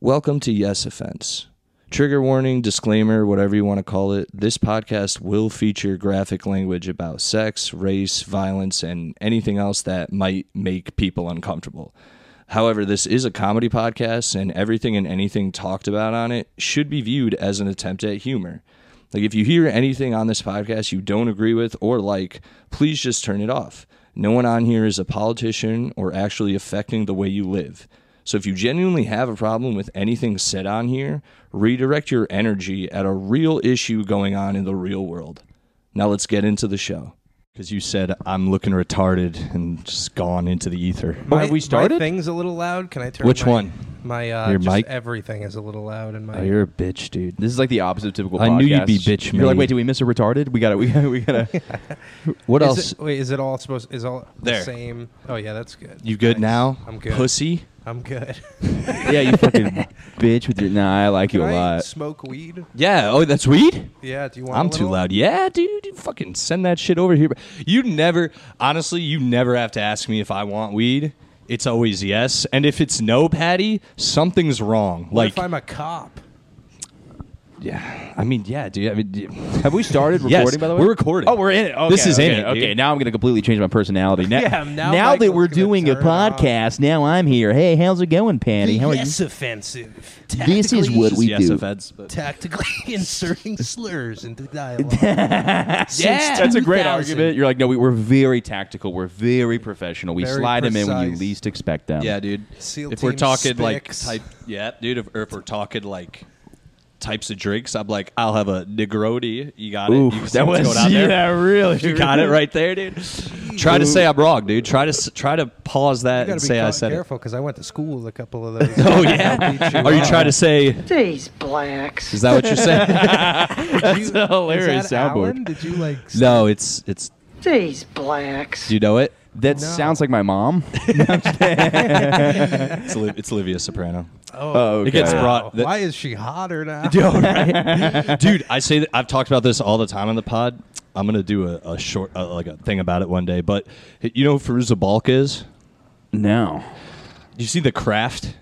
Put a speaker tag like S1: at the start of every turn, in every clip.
S1: Welcome to Yes Offense. Trigger warning, disclaimer, whatever you want to call it, this podcast will feature graphic language about sex, race, violence, and anything else that might make people uncomfortable. However, this is a comedy podcast, and everything and anything talked about on it should be viewed as an attempt at humor. Like, if you hear anything on this podcast you don't agree with or like, please just turn it off. No one on here is a politician or actually affecting the way you live. So, if you genuinely have a problem with anything said on here, redirect your energy at a real issue going on in the real world. Now, let's get into the show. Because you said I'm looking retarded and just gone into the ether.
S2: My,
S3: we started?
S2: My thing's a little loud. Can I turn
S1: Which
S2: my-
S1: one?
S2: My uh,
S1: Your
S2: just
S1: mic?
S2: everything is a little loud in my.
S1: Oh, you're a bitch, dude.
S3: This is like the opposite of typical.
S1: I knew you'd
S3: podcast.
S1: be bitch
S3: You're like,
S1: made.
S3: wait, did we miss a retarded? We got to We got. We got to.
S1: What
S2: is
S1: else?
S2: It, wait, is it all supposed? Is all
S1: There.
S2: the same? Oh yeah, that's good.
S1: You good
S2: Nice.
S1: now?
S2: I'm good.
S1: Pussy.
S2: I'm good.
S3: yeah, you fucking bitch with your. Nah, I like
S2: Can
S3: you a
S2: I
S3: lot.
S2: smoke weed?
S1: Yeah. Oh, that's weed.
S2: Yeah. Do you want? a
S1: I'm too
S2: little?
S1: loud. Yeah, dude. You fucking send that shit over here. You never, honestly, you never have to ask me if I want weed. It's always yes. And if it's no, Patty, something's wrong.
S2: What
S1: Like,
S2: if I'm a cop?
S1: yeah. I mean, yeah, dude. I mean, d-
S3: Have we started
S1: Yes,
S3: recording? by the way,
S1: we're recording.
S3: Oh, we're in it.
S1: This
S3: Okay,
S1: is in
S3: okay,
S1: it,
S3: Okay,
S1: dude.
S3: now I'm gonna completely change my personality. Now,
S2: Yeah, now
S3: that
S2: Michael's
S3: we're
S2: gonna
S3: doing a
S2: turn it on.
S3: podcast, now I'm here. Hey, how's it going, Patty? How are you?
S2: offensive.
S3: This is what we
S1: yes,
S3: do.
S1: offense. But.
S2: Tactically inserting slurs into dialogue.
S3: Yeah, that's a great argument. You're like, no, we, we're very tactical. We're very professional. We
S2: Very
S3: slide them in when you
S2: precise.
S3: least expect them.
S1: Yeah, dude.
S2: Seal
S1: if we're
S2: Team
S1: talking like
S2: Spicks.
S1: type, yeah, dude. If, or if we're talking like types of drinks, I'm like, I'll have a Negroni. You got it.
S3: Ooh,
S1: you can see
S3: that
S1: what's
S3: was
S1: going on there.
S3: yeah, really.
S1: You got it right there, dude. Try to say I'm wrong, dude. Try to s- try to pause that
S2: You
S1: and
S2: gotta
S1: say
S2: be
S1: I
S2: ca-
S1: said
S2: careful because I went to school with a couple of those.
S1: it. Oh yeah.
S2: uh,
S1: Are you trying to say?
S4: These blacks.
S1: Is that what you're saying?
S2: That's
S3: a hilarious soundboard.
S2: Did you like?
S1: no, it's it's.
S4: These blacks.
S1: Do you know it?
S3: That
S2: No.
S3: sounds like my mom.
S1: It's, Oli- it's Olivia Soprano.
S2: Oh,
S1: It gets
S3: God.
S1: brought. that-
S2: why is she hotter now?
S1: dude i say that i've talked about this all the time on the pod i'm gonna do a, a short uh, like a thing about it one day but you know who Firuza Balk is
S3: No,
S1: you see the craft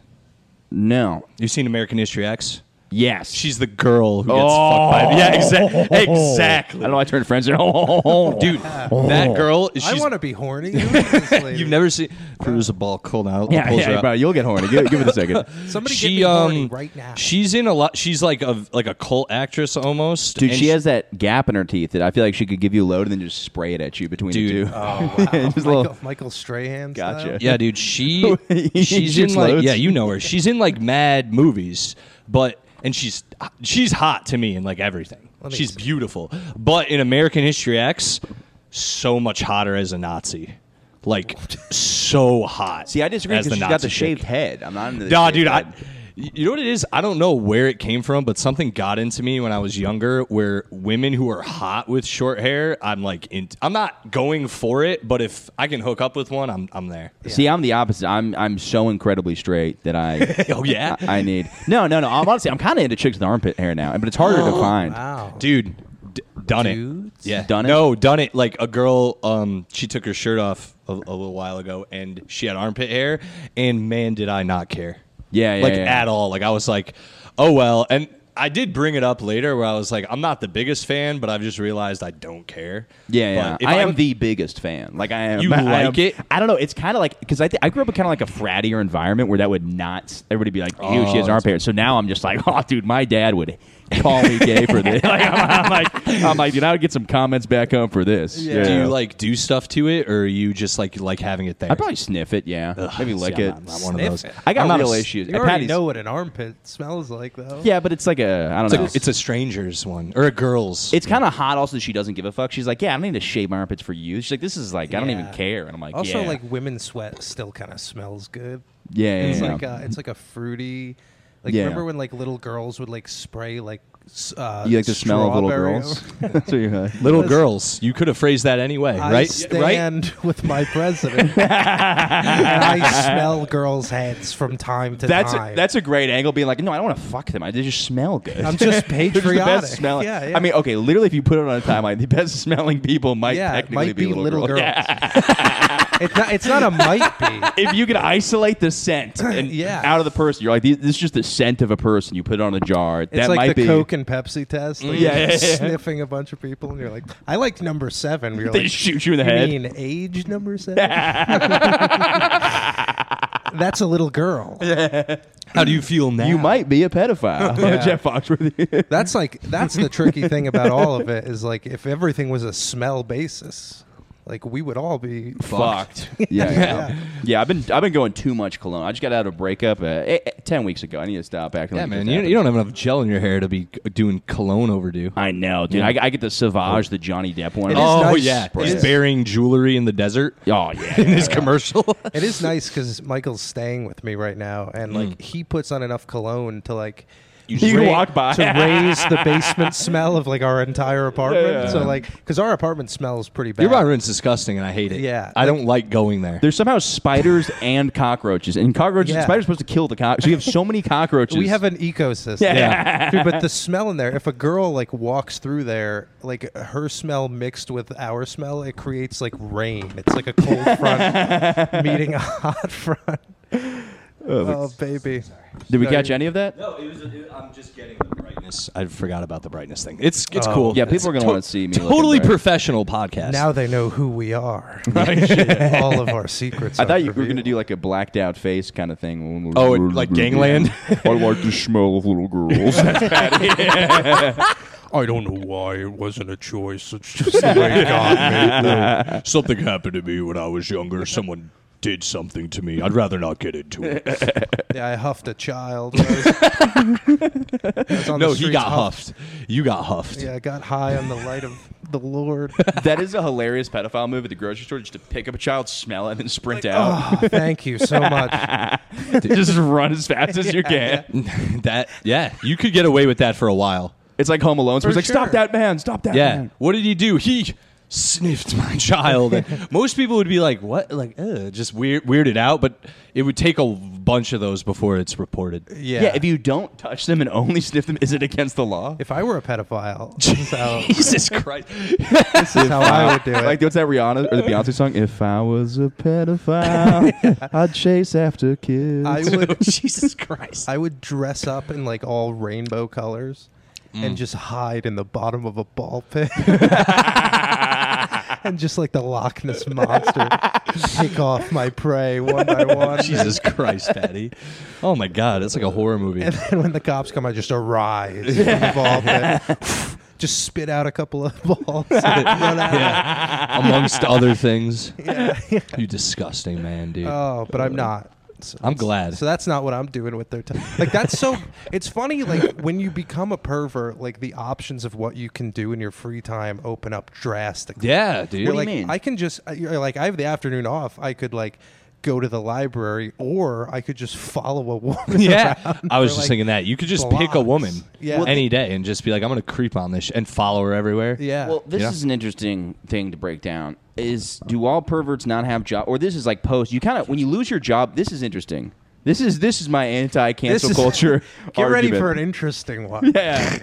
S3: no.
S1: you've seen american history x
S3: Yes,
S1: she's the girl who gets
S3: Oh.
S1: fucked by yeah exactly exactly
S3: I don't know. I turned friends. Oh,
S1: dude that girl she's,
S2: I want to be horny. Who is this lady?
S1: you've never seen Firuza Balk hold on I'll
S3: yeah,
S1: pull her
S3: yeah,
S1: up.
S3: bro, you'll get horny. Give, give it a second,
S2: Somebody
S1: she
S2: get me horny
S1: um
S2: right now.
S1: she's in a lot she's like a like a cult actress almost
S3: dude.
S1: and
S3: She has that gap in her teeth that I feel like she could give you a load and then just spray it at you between
S1: Dude. Oh,
S3: the two.
S2: Michael,
S3: Just a little-
S2: Michael Strahan.
S3: Gotcha.
S2: style?
S1: Yeah, dude. She
S3: He
S1: she's in
S3: shoots
S1: like
S3: loads.
S1: yeah, you know her. She's in like mad movies, but and she's she's hot to me in like everything.
S2: Let me
S1: She's
S2: see.
S1: beautiful, but in American History X, so much hotter as a Nazi, like so hot.
S3: See, I disagree
S1: as
S3: because she's got
S1: Nazi
S3: the shaved
S1: chick.
S3: head. I'm not into the
S1: Nah,
S3: shaved
S1: dude. I,
S3: head.
S1: you know what it is? I don't know where it came from, but something got into me when I was younger. Where women who are hot with short hair, I'm like, in, I'm not going for it, but if I can hook up with one, I'm I'm there.
S3: See, I'm the opposite. I'm I'm so incredibly straight that I
S1: Oh yeah,
S3: I need no no no. I'm honestly I'm kind of into chicks with armpit hair now, but it's harder
S1: Oh,
S3: to find.
S2: Wow.
S1: dude d- done
S2: Dudes?
S1: it yeah
S3: Done it?
S1: no done it like a girl um she took her shirt off a, a little while ago and she had armpit hair and man did i not care
S3: Yeah, yeah,
S1: like
S3: yeah.
S1: at all like i was like oh well and i did bring it up later where i was like i'm not the biggest fan but i've just realized i don't care
S3: Yeah, yeah.
S1: But if
S3: I, am
S1: would-
S3: the biggest fan. Like I am.
S1: You
S3: I
S1: like
S3: am-
S1: it?
S3: I don't know. It's kind of like because I th- I grew up in kind of like a frattier environment where that would not everybody be like, ew, she has
S1: Oh,
S3: armpit hair. So now I'm just like, oh, dude, my dad would call me gay for this. like, I'm, I'm like, I'm like, dude, I would get some comments back home for this. Yeah.
S1: do you like do stuff to it or are you just like like having it there
S3: I probably sniff it. Yeah, maybe
S1: See,
S3: lick
S1: I'm
S3: it.
S1: not- I'm not one of
S2: Sniff
S1: those.
S2: it.
S3: I got
S1: I'm not a
S3: real
S1: s-
S3: issues.
S2: You
S3: Uh,
S2: already
S3: Patty's-
S2: know what an armpit smells like, though.
S3: Yeah, but it's like a I don't
S1: it's
S3: know.
S1: a, it's a stranger's one or a girl's
S3: It's kind of hot. Also, that she doesn't give a fuck. She's like, yeah, I don't need to shave my armpits for you. She's like, this is like, I don't
S2: Yeah.
S3: even care. And I'm like,
S2: Also,
S3: yeah.
S2: like women's sweat still kind of smells good.
S3: yeah, yeah,
S2: It's
S3: yeah.
S2: like a, it's like a fruity. Like
S3: Yeah.
S2: remember when like little girls would like spray like. s- Uh,
S3: you like the smell of little
S2: strawberry
S3: girls.
S2: over-
S3: That's what you had.
S1: little girls you could have phrased that anyway
S2: I
S1: right right
S2: stand with my president. and I smell girls' heads from time to
S3: That's
S2: time.
S3: a, that's a great angle. Being like, no, I don't want to fuck them. I they just smell good.
S2: I'm just
S3: They're just the
S2: patriotic.
S3: best smelling.
S2: Yeah, yeah.
S3: I mean, okay, literally, if you put it on a timeline, the best smelling people might
S2: yeah, it
S3: technically
S2: might be, little,
S3: girls.
S2: girls.
S3: Yeah.
S2: It's not. It's not a might be.
S3: if you could isolate the scent and
S2: Yeah.
S3: out of the person, you're like, this this is just the scent of a person. You put it on a jar.
S2: It's
S3: that
S2: like
S3: might
S2: the
S3: be.
S2: Coke and Pepsi test. Like
S3: Yeah, yeah, yeah.
S2: sniffing a bunch of people, and you're like, "I like number seven. You're
S3: they
S2: like,
S3: just shoot you in the
S2: you
S3: head.
S2: mean age number seven? That's a little girl.
S1: How do you feel now?
S3: You might be a pedophile. Jeff Foxworthy.
S2: That's like that's the tricky thing about all of it is like if everything was a smell basis, like we would all be
S3: Fucked. yeah, yeah. Yeah, I've been I've been going too much cologne. I just got out of a breakup uh, eh, eh, ten weeks ago. I need to stop acting.
S1: Yeah,
S3: like
S1: man.
S3: this
S1: You,
S3: happened.
S1: you don't have enough gel in your hair to be doing cologne overdue.
S3: I know, dude. I, I get the Sauvage, the Johnny Depp one.
S2: It is Oh, nice. yeah.
S3: It
S1: He's
S3: is-
S1: burying jewelry in the desert
S3: Oh yeah.
S1: in his commercial.
S2: It is nice because Michael's staying with me right now, and like he puts on enough cologne to like
S3: Mm. You just walk by.
S2: to raise the basement smell of like our entire apartment.
S3: Yeah, yeah.
S2: So like because our apartment smells pretty bad.
S1: Your bar room's disgusting, and I hate it.
S2: Yeah,
S1: I
S2: like-
S1: don't like going there.
S3: There's somehow spiders and cockroaches, and cockroaches.
S2: Yeah.
S3: Spiders are supposed to kill the cockroaches. So you have so many cockroaches.
S2: We have an ecosystem.
S3: Yeah.
S2: Dude, but the smell in there, if a girl like walks through there, like her smell mixed with our smell, it creates like rain. It's like a cold front meeting a hot front. Oh, baby.
S3: Did we catch any of that?
S1: No, it was. It, I'm just getting the brightness. I forgot about the brightness thing. It's it's cool.
S3: Yeah, people
S1: It's
S3: are gonna
S1: to-
S3: wanna see me looking
S1: Totally
S3: bright.
S1: professional podcast.
S2: Now they know who we are.
S3: Oh,
S2: All of our secrets.
S3: I
S2: are
S3: thought you were
S2: revealed.
S3: going to do like a blacked out face kind of thing.
S1: Oh, it- like gangland?
S3: I like the smell of little girls.
S2: I don't know why it wasn't a choice. It's just the way God made it.
S5: Something happened to me when I was younger. Someone did something to me. I'd rather not get into it.
S2: Yeah, I huffed a child. when I was- I was on the
S1: no, he
S2: streets
S1: got
S2: huffed.
S1: huffed. You got huffed.
S2: Yeah, I got high on the light of the Lord.
S3: that is a hilarious pedophile move at the grocery store just to pick up a child, smell it, and then sprint out.
S2: Oh, thank you so much.
S3: just run as fast as you can.
S1: that. Yeah, you could get away with that for a while.
S3: It's like Home Alone. So it's like, stop
S2: sure.
S3: that man, stop that
S1: Yeah.
S3: man.
S1: What did he do? He sniffed my child. And most people would be like, "What?" Like, Ugh, just weird, weirded out. But it would take a bunch of those before it's reported.
S2: Yeah.
S3: Yeah. if you don't touch them and only sniff them, is it against the law?
S2: If I were a pedophile, this is how,
S1: Jesus Christ!
S2: this is how I would do it.
S3: Like what's that Rihanna or the Beyonce song? If I was a pedophile, I'd chase after kids.
S2: I would,
S1: Jesus Christ!
S2: I would dress up in like all rainbow colors and
S1: Mm.
S2: just hide in the bottom of a ball pit. and just like the Loch Ness monster, take off my prey one by one.
S1: Jesus Christ, Daddy! Oh my God! It's like a horror movie.
S2: And then when the cops come, I just arise from the ball pit. Just spit out a couple of balls. and run out.
S1: yeah. amongst other things. You disgusting man, dude.
S2: Oh, but I'm not. So
S1: I'm
S2: that's-
S1: glad.
S2: So that's not what I'm doing with their time. Like that's so. it's funny. Like when you become a pervert, like the options of what you can do in your free time open up drastically.
S1: yeah, dude.
S2: You're
S3: What
S2: like,
S3: do you mean?
S2: I can just. I- You're like, I have the afternoon off. I could like go to the library, or I could just follow a woman.
S1: yeah,
S2: around
S1: I was just
S2: for, like,
S1: thinking that you could just pick a
S2: blocks.
S1: woman
S2: Yeah.
S1: any day and just be like, I'm gonna creep on this sh- and follow her everywhere.
S2: Yeah.
S3: Well, this
S1: Yeah.
S3: is an interesting thing to break down. Is do all perverts not have job? Or this is like post. You kind of when you lose your job. This is interesting. This is this is my anti-cancel culture.
S2: Get ready
S3: argument.
S2: for an interesting one.
S3: Yeah.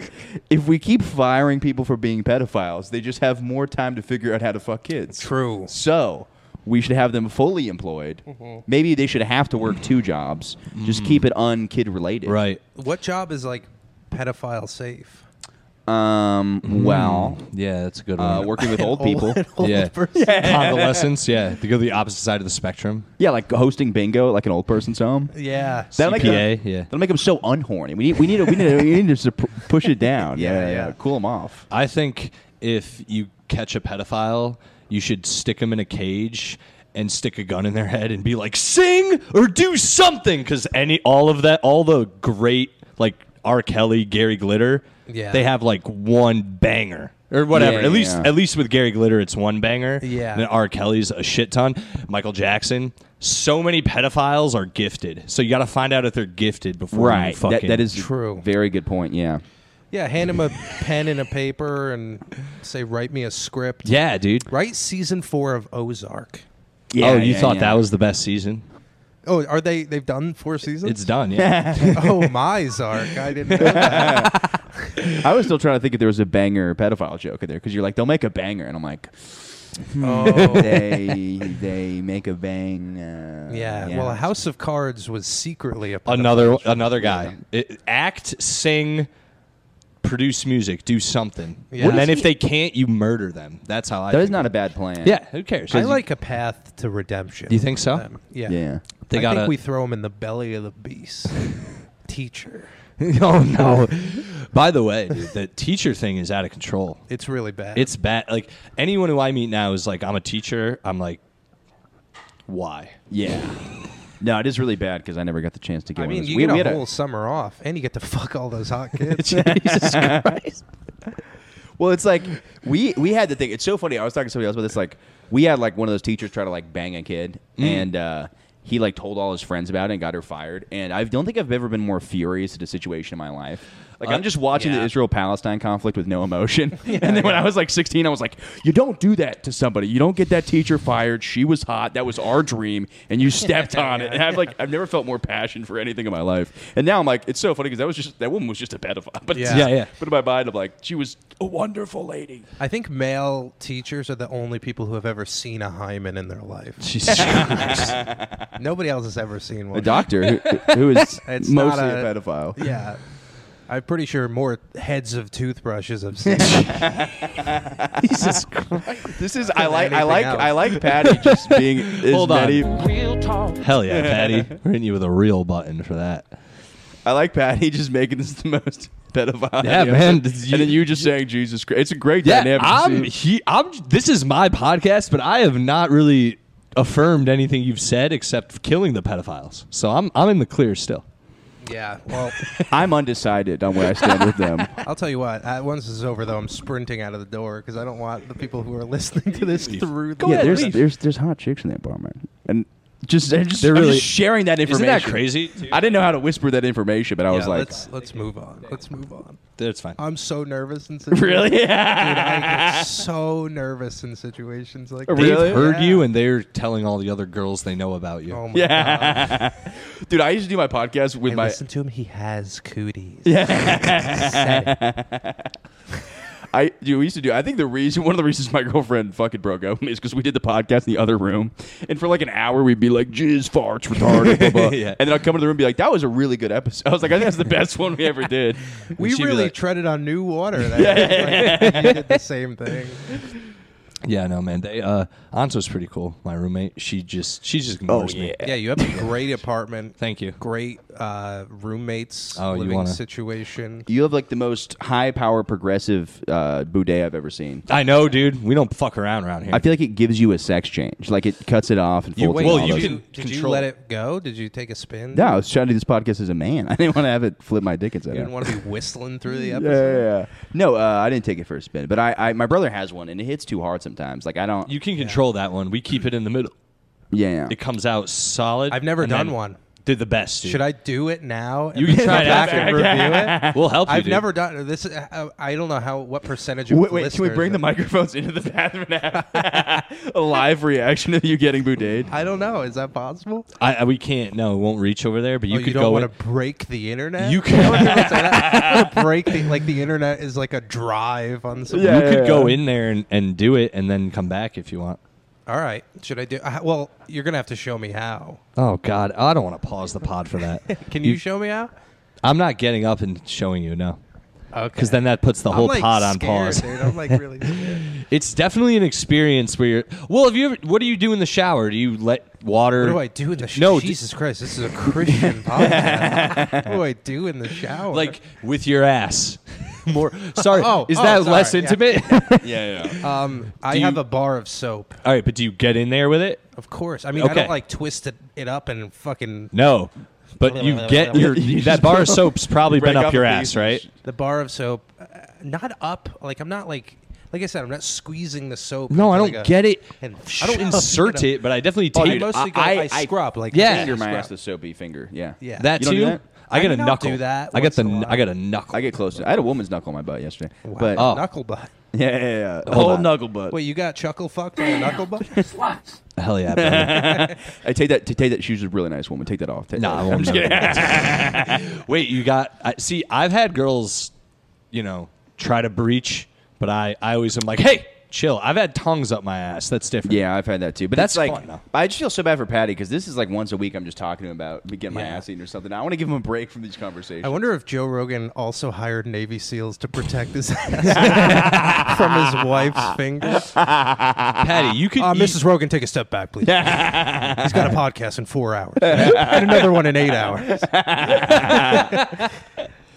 S3: if we keep firing people for being pedophiles, they just have more time to figure out how to fuck kids.
S2: True. Mm-hmm.
S3: So we should have them fully employed. Maybe they should have to work two jobs. Just keep it unkid related.
S1: Right.
S2: What job is like pedophile safe?
S3: Um.
S1: Mm-hmm.
S3: Well,
S1: Yeah, that's a good
S3: uh,
S1: one.
S3: working with old people.
S2: Old
S1: yeah.
S2: person.
S1: Convalescence. Yeah, they go the opposite side of the spectrum.
S3: Yeah, like hosting bingo, at, like an old person's home.
S2: Yeah.
S3: That'll make
S1: CPA,
S3: them,
S1: yeah.
S3: That'll make them so unhorny. We need, we need, to, we need, to, we need to sup- push it down. Yeah,
S2: Yeah,
S3: yeah,
S2: yeah.
S3: Cool them off.
S1: I think if you catch a pedophile, you should stick them in a cage and stick a gun in their head and be like, "Sing or do something," because any all of that, all the great like R. Kelly, Gary Glitter,
S2: Yeah.
S1: they have like one banger or whatever.
S3: Yeah,
S1: at least,
S3: yeah.
S1: at least with Gary Glitter, it's one banger.
S2: Yeah.
S1: and R. Kelly's a shit ton. Michael Jackson. So many pedophiles are gifted, so you got to find out if they're gifted before you
S3: That,
S1: fucking Oh,
S3: that is
S2: True.
S3: Very good point. Yeah.
S2: Yeah, hand him a pen and a paper and say, write me a script.
S1: yeah, dude.
S2: Write season four of Ozark.
S3: Yeah,
S1: oh, you
S3: yeah,
S1: thought
S3: yeah.
S1: that was the best season?
S2: Oh, are they? They've done four seasons.
S1: It's done. Yeah.
S2: oh my Zark! I didn't. Know that.
S3: I was still trying to think if there was a banger pedophile joke in there because you're like, they'll make a banger, and I'm like,
S2: Oh.
S3: they they make a bang. Uh,
S2: Yeah. Well, House of Cards was secretly a
S1: Another another guy. It- act, sing, produce music, do something.
S2: Yeah.
S1: And then if they can't, you murder them. That's how I.
S3: that is
S1: think
S3: not
S1: of
S3: a bad plan.
S1: it. Yeah, who cares?
S2: I like a path to redemption.
S1: Do you think so?
S2: for them. Yeah.
S3: Yeah.
S1: They
S2: I
S1: gotta-
S2: think we throw him in the belly of the beast. Teacher.
S1: oh no! By the way, dude, the teacher thing is out of control.
S2: It's really bad.
S1: It's bad. Like anyone who I meet now is like, I'm a teacher. I'm like, why?
S3: Yeah. No, it is really bad because I never got the chance to get
S2: I
S3: one.
S2: mean,
S3: of those.
S2: you
S3: we,
S2: get
S3: we
S2: a
S3: had
S2: whole summer off, and you get to fuck all those hot kids.
S1: Jesus Christ!
S3: Well, it's like we we had the thing. It's so funny. I was talking to somebody else about this. Like we had like one of those teachers try to like bang a kid,
S1: Mm.
S3: and uh, he like told all his friends about it and got her fired. And I don't think I've ever been more furious at a situation in my life. Like I'm just watching
S1: Uh, yeah.
S3: the Israel Palestine conflict with no emotion. and then when I was like 16, I was like, "You don't do that to somebody. You don't get that teacher fired. She was hot. That was our dream, and you stepped on it." And I've like I've never felt more passion for anything in my life. And now I'm like, it's so funny because that was just that woman was just a pedophile. But it's-
S1: Yeah, yeah.
S3: But in my mind, I'm like, she was a wonderful lady.
S2: I think male teachers are the only people who have ever seen a hymen in their life.
S1: Jesus Christ.
S2: Nobody else has ever seen one.
S3: a doctor who, who is
S2: It's
S3: mostly
S2: not
S3: a,
S2: a-
S3: pedophile.
S2: Yeah. I'm pretty sure more heads of toothbrushes have seen.
S1: Jesus Christ.
S3: This is I like I
S2: Anything
S3: like
S2: else.
S3: I like Patty just being as
S1: Hold on.
S3: many.
S4: Real talk.
S1: Hell yeah, Patty. We're hitting you with a real button for that.
S3: I like Patty just making this the most pedophile.
S1: Yeah,
S3: episode.
S1: man.
S3: and then you just saying Jesus Christ. It's a great
S1: Yeah,
S3: dynamic. to
S1: I'm,
S3: see.
S1: he, I'm. This is my podcast, but I have not really affirmed anything you've said except killing the pedophiles. So I'm, I'm in the clear still.
S2: yeah. Well,
S3: I'm undecided on where I stand with them.
S2: I'll tell you what. I, once this is over, though, I'm sprinting out of the door because I don't want the people who are listening to this through. the
S3: yeah, there's
S1: leave.
S3: there's there's hot chicks in that bar, man. And just they're just,
S1: They're
S3: I'm
S1: really-
S3: just sharing that
S1: Isn't
S3: information.
S1: that crazy? dude?
S3: I didn't know how to whisper that information, but I
S2: Yeah,
S3: was like,
S2: let's let's move on. Let's move on.
S1: That's fine.
S2: I'm so nervous in situations.
S3: really?
S2: Dude, I get so nervous in situations like
S1: They've
S3: Really?
S1: heard
S2: Yeah.
S1: you, and they're telling all the other girls they know about you.
S2: Oh my god!
S3: Yeah, dude. I used to do my podcast with
S2: I
S3: my.
S2: listen to him. He has cooties.
S3: I dude, we used to do. I think the reason, one of the reasons my girlfriend fucking broke up is because we did the podcast in the other room, and for like an hour we'd be like jizz farts retarded, blah, blah.
S1: Yeah.
S3: and then I'd come into the room and be like, that was a really good episode. I was like, I think that's the best one we ever did.
S2: We
S1: she'd be
S2: really
S1: like-
S2: treaded on new water. That yeah, you did the same thing.
S1: Yeah, no, man. They uh, Anto's pretty cool. My roommate, she just she just ignores me.
S2: Yeah, you have a great apartment.
S1: Thank you.
S2: Great uh, roommates,
S1: Oh, you
S2: living
S1: wanna-
S2: situation.
S3: You have like the most high power progressive uh, boudet I've ever seen.
S1: I know, dude. We don't fuck around around here.
S3: I feel like it gives you a sex change, like it cuts it off and folds
S1: You-
S3: it.
S1: well,
S3: and all
S1: you
S3: those-
S1: can-
S2: Did you
S1: control
S2: let
S1: it.
S2: it go? Did you take a spin?
S3: No, I was trying to do this podcast as a man. I didn't want to have it flip my dick inside
S2: You didn't
S3: out.
S2: want to be whistling through the
S3: Yeah,
S2: episode.
S3: yeah, yeah. No, uh, I didn't take it for a spin, but I, I, my brother has one, and it hits too hard sometimes. Like I don't.
S1: you can control that one. We keep it in the middle.
S3: yeah.
S1: It comes out solid.
S2: I've never
S1: and
S2: done
S1: then
S2: one.
S1: Did the best. Dude.
S2: Should I do it now? and
S1: You can
S2: then
S1: try
S2: come
S1: it
S2: back
S1: after.
S2: and review it.
S1: We'll help you.
S2: I've
S1: dude.
S2: never done this. Is, uh, I don't know how what percentage of
S3: Wait, wait can we
S2: listeners-
S3: bring the microphones into the bathroom and have a live reaction of you getting boudade?
S2: I don't know. Is that possible?
S1: I, I- we can't. No, it won't reach over there. But you
S2: oh,
S1: could
S2: you don't
S1: go.
S2: want
S1: in-
S2: to break the internet.
S1: You can-
S2: Don't people say that? break the like the internet is like a drive on some.
S3: Yeah.
S1: you could go in there and, and do it, and then come back if you want.
S2: All right. Should I do? Uh, well, you're gonna have to show me how.
S1: Oh God, I don't want to pause the pod for that.
S2: Can you, show me how?
S1: I'm not getting up and showing you no,
S2: Okay.
S1: because then that puts the
S2: I'm,
S1: whole
S2: like,
S1: pod on
S2: scared,
S1: pause.
S2: Dude. I'm like really. Scared.
S1: It's definitely an experience where you're. Well, have you ever? What do you do in the shower? Do you let water?
S2: What do I do in the shower?
S1: No, d-
S2: Jesus Christ, this is a Christian podcast. what do I do in the shower?
S1: Like with your ass. More. Sorry.
S2: Oh,
S1: is
S2: oh,
S1: that
S2: sorry,
S1: less
S2: yeah.
S1: intimate?
S3: Yeah, yeah.
S2: um, I
S1: do you-
S2: have a bar of soap.
S1: All right, but do you get in there with it?
S2: Of course. I mean, I
S1: Okay.
S2: don't like twist it, it up and fucking.
S1: No. But you get your
S3: You just
S1: that bar of soap's probably been
S3: break
S1: up
S3: off
S1: your
S3: a
S1: ass,
S3: piece.
S1: right?
S2: The bar of soap, uh, not up. Like I'm not like, like I said, I'm not squeezing the soap.
S1: No, I
S2: into,
S1: don't
S2: like, a-
S1: get it.
S2: And
S1: I don't insert it, but I definitely
S2: I
S1: take
S2: mostly go.
S3: I-
S2: I,
S3: I-
S2: scrub. Like
S1: Yeah.
S2: finger
S3: Finger my
S2: scrub.
S3: ass, the soapy finger. Yeah.
S2: Yeah.
S1: that
S3: You don't do
S1: too.
S3: that?
S1: I got
S2: I
S1: a
S2: mean, I'll
S1: knuckle.
S2: do that
S1: I got
S2: once
S1: the
S2: in a
S1: kn-
S2: while.
S1: I got a knuckle.
S3: I get close to it. I had a woman's knuckle in my butt yesterday.
S2: Wow.
S3: But
S1: Oh.
S2: knuckle butt.
S3: yeah, yeah, yeah, yeah.
S1: Hold
S3: Whole
S1: on.
S3: knuckle butt.
S2: Wait, you got chuckle fucked by a knuckle butt?
S1: Hell yeah. brother.
S3: I take that. To take that. She's a really nice woman. Take that off. Take
S1: No,
S3: that
S1: I
S3: off.
S1: won't Wait, you got? I, see, I've had girls, you know, try to breach, but I, I always am like, hey, chill. I've had tongues up my ass. That's different.
S3: Yeah, I've had that too. But
S1: That's
S3: that's like,
S1: fun, though.
S3: I just feel so bad for Patty because this is like once a week I'm just talking to him about me getting my
S1: Yeah.
S3: ass eaten or something. I want to give him a break from these conversations.
S2: I wonder if Joe Rogan also hired Navy SEALs to protect his ass from his wife's fingers.
S1: Uh, Patty, you could.
S2: Uh,
S1: eat-
S2: Mrs. Rogan, take a step back, please. He's got a podcast in four hours and another one in eight hours.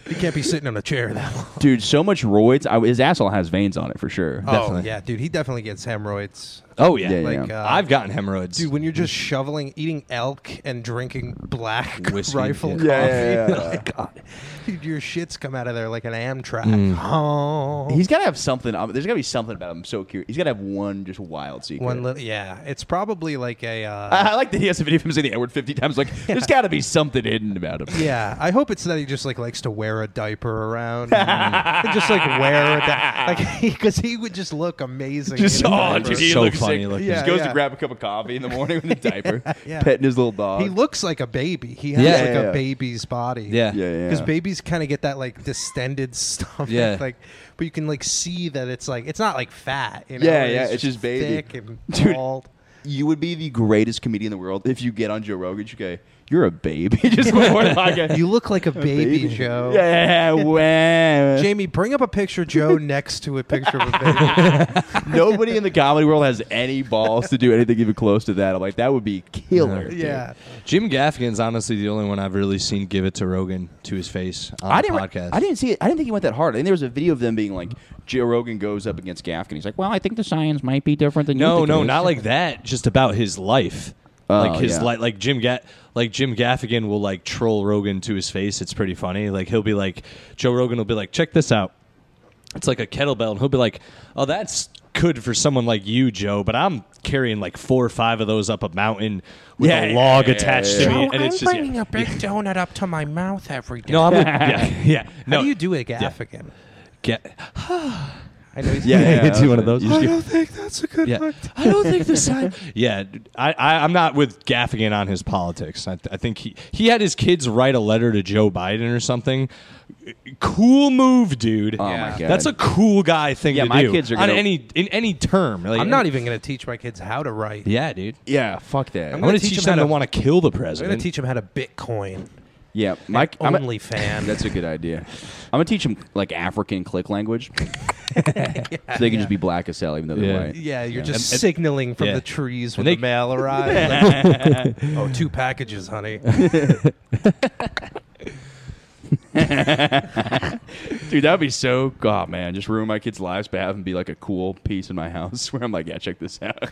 S2: you can't be sitting on a chair that long.
S3: Dude, so much roids. I, his asshole has veins on it for sure.
S2: Oh,
S1: Definitely.
S2: yeah, dude. He definitely gets hemorrhoids.
S1: Oh yeah,
S3: Yeah,
S2: Like, uh,
S1: I've gotten hemorrhoids.
S2: Dude, when you're just
S1: Mm-hmm.
S2: shoveling, eating elk and drinking black
S1: Whiskey,
S2: rifle
S1: yeah.
S2: coffee,
S3: Yeah, yeah, yeah,
S2: my God, dude, your shits come out of there like an Amtrak.
S1: Mm.
S2: Oh,
S3: He's got to have something. um, There's got to be something about him. I'm so curious. He's got to have one just wild secret.
S2: one little, yeah. It's probably like a, uh,
S3: I, I like that he has a video of him saying the N word 50 times. Like, there's got to be something hidden about him.
S2: yeah. I hope it's that he just like likes to wear a diaper around, and just like wear a di- like because he would just look amazing.
S3: Just
S2: in a
S3: oh,
S2: diaper.
S3: dude, he
S1: So
S3: looks
S1: funny
S3: sick.
S1: looking.
S3: He just
S2: Yeah,
S3: goes
S2: yeah.
S3: to grab a cup of coffee in the morning with a diaper,
S2: yeah.
S3: petting his little dog.
S2: He looks like a baby. He has
S1: Yeah.
S2: like
S3: Yeah,
S2: a
S3: yeah.
S2: baby's body.
S1: Yeah.
S3: yeah, yeah.
S2: because babies kind of get that like distended stomach.
S1: Yeah.
S2: like but you can like see that it's like it's not like fat. You know?
S3: Yeah, yeah, it's just baby.
S2: thick and
S3: Dude.
S2: bald.
S3: you would be the greatest comedian in the world if you get on Joe Rogan. You go, you're a baby. Just before the podcast.
S2: You look like a baby, Joe.
S3: Yeah, wow.
S2: Jamie, bring up a picture of Joe next to a picture of a baby.
S3: Nobody in the comedy world has any balls to do anything even close to that. I'm like, that would be killer. dude.
S2: yeah.
S1: Jim Gaffigan's honestly the only one I've really seen give it to Rogan to his face on
S3: I
S1: the
S3: didn't.
S1: podcast.
S3: I didn't see it. I didn't think he went that hard. I think there was a video of them being like, Joe Rogan goes up against Gaffigan. He's like, "Well, I think the science might be different than you."
S1: No,
S3: think it
S1: no,
S3: is."
S1: not like that. Just about his life.
S3: Oh,
S1: like his
S3: yeah.
S1: li- like Jim Ga- like Jim Gaffigan will like troll Rogan to his face. It's pretty funny. Like he'll be like Joe Rogan will be like, "Check this out." It's like a kettlebell and he'll be like, "Oh, that's good for someone like you, Joe, but I'm carrying like 4 or 5 of those up a mountain with
S3: Yeah,
S1: a
S3: yeah,
S1: log
S3: yeah,
S1: attached
S3: yeah,
S1: to
S3: yeah.
S1: me." and it's just yeah.
S2: a big donut up to my mouth every day.
S1: No, I'm with, yeah, yeah. No.
S2: How do you do it, Gaffigan?
S1: get
S2: I know he's
S3: Yeah, yeah,
S1: It's
S3: that's
S1: one
S3: it.
S1: of those.
S3: You just go-
S2: think that's a good
S1: Yeah, I don't think the sign. Yeah, I, I I'm not with Gaffigan on his politics. I, I think he he had his kids write a letter to Joe Biden or something. Cool move, dude.
S3: Oh
S2: Oh,
S3: my Yeah. God.
S1: that's a cool guy thing
S3: Yeah,
S1: to
S3: my
S1: do
S3: kids are
S1: on
S3: gonna-
S1: any in any term. Like,
S2: I'm not even going to teach my kids how to write.
S1: Yeah, dude.
S3: Yeah, fuck that.
S1: I'm
S2: gonna
S1: going to
S2: teach
S1: teach
S2: him
S1: them to
S2: how to-
S1: want to kill the
S2: I'm going
S1: president.
S2: to teach them how to Bitcoin.
S3: yeah, Mike. I'm a-
S2: Only fan.
S3: That's a good idea. I'm gonna teach them like African click language, so they can just be black as hell, even though they're
S1: Yeah.
S3: white.
S2: Yeah, you're just
S1: And- and-
S2: signaling from
S1: yeah.
S2: the trees when
S1: And they-
S2: the mail arrives. Like, oh, two packages, honey.
S3: Dude, that'd be so god, man. Just ruin my kids' lives, but have them be like a cool piece in my house where I'm like, yeah, check this out.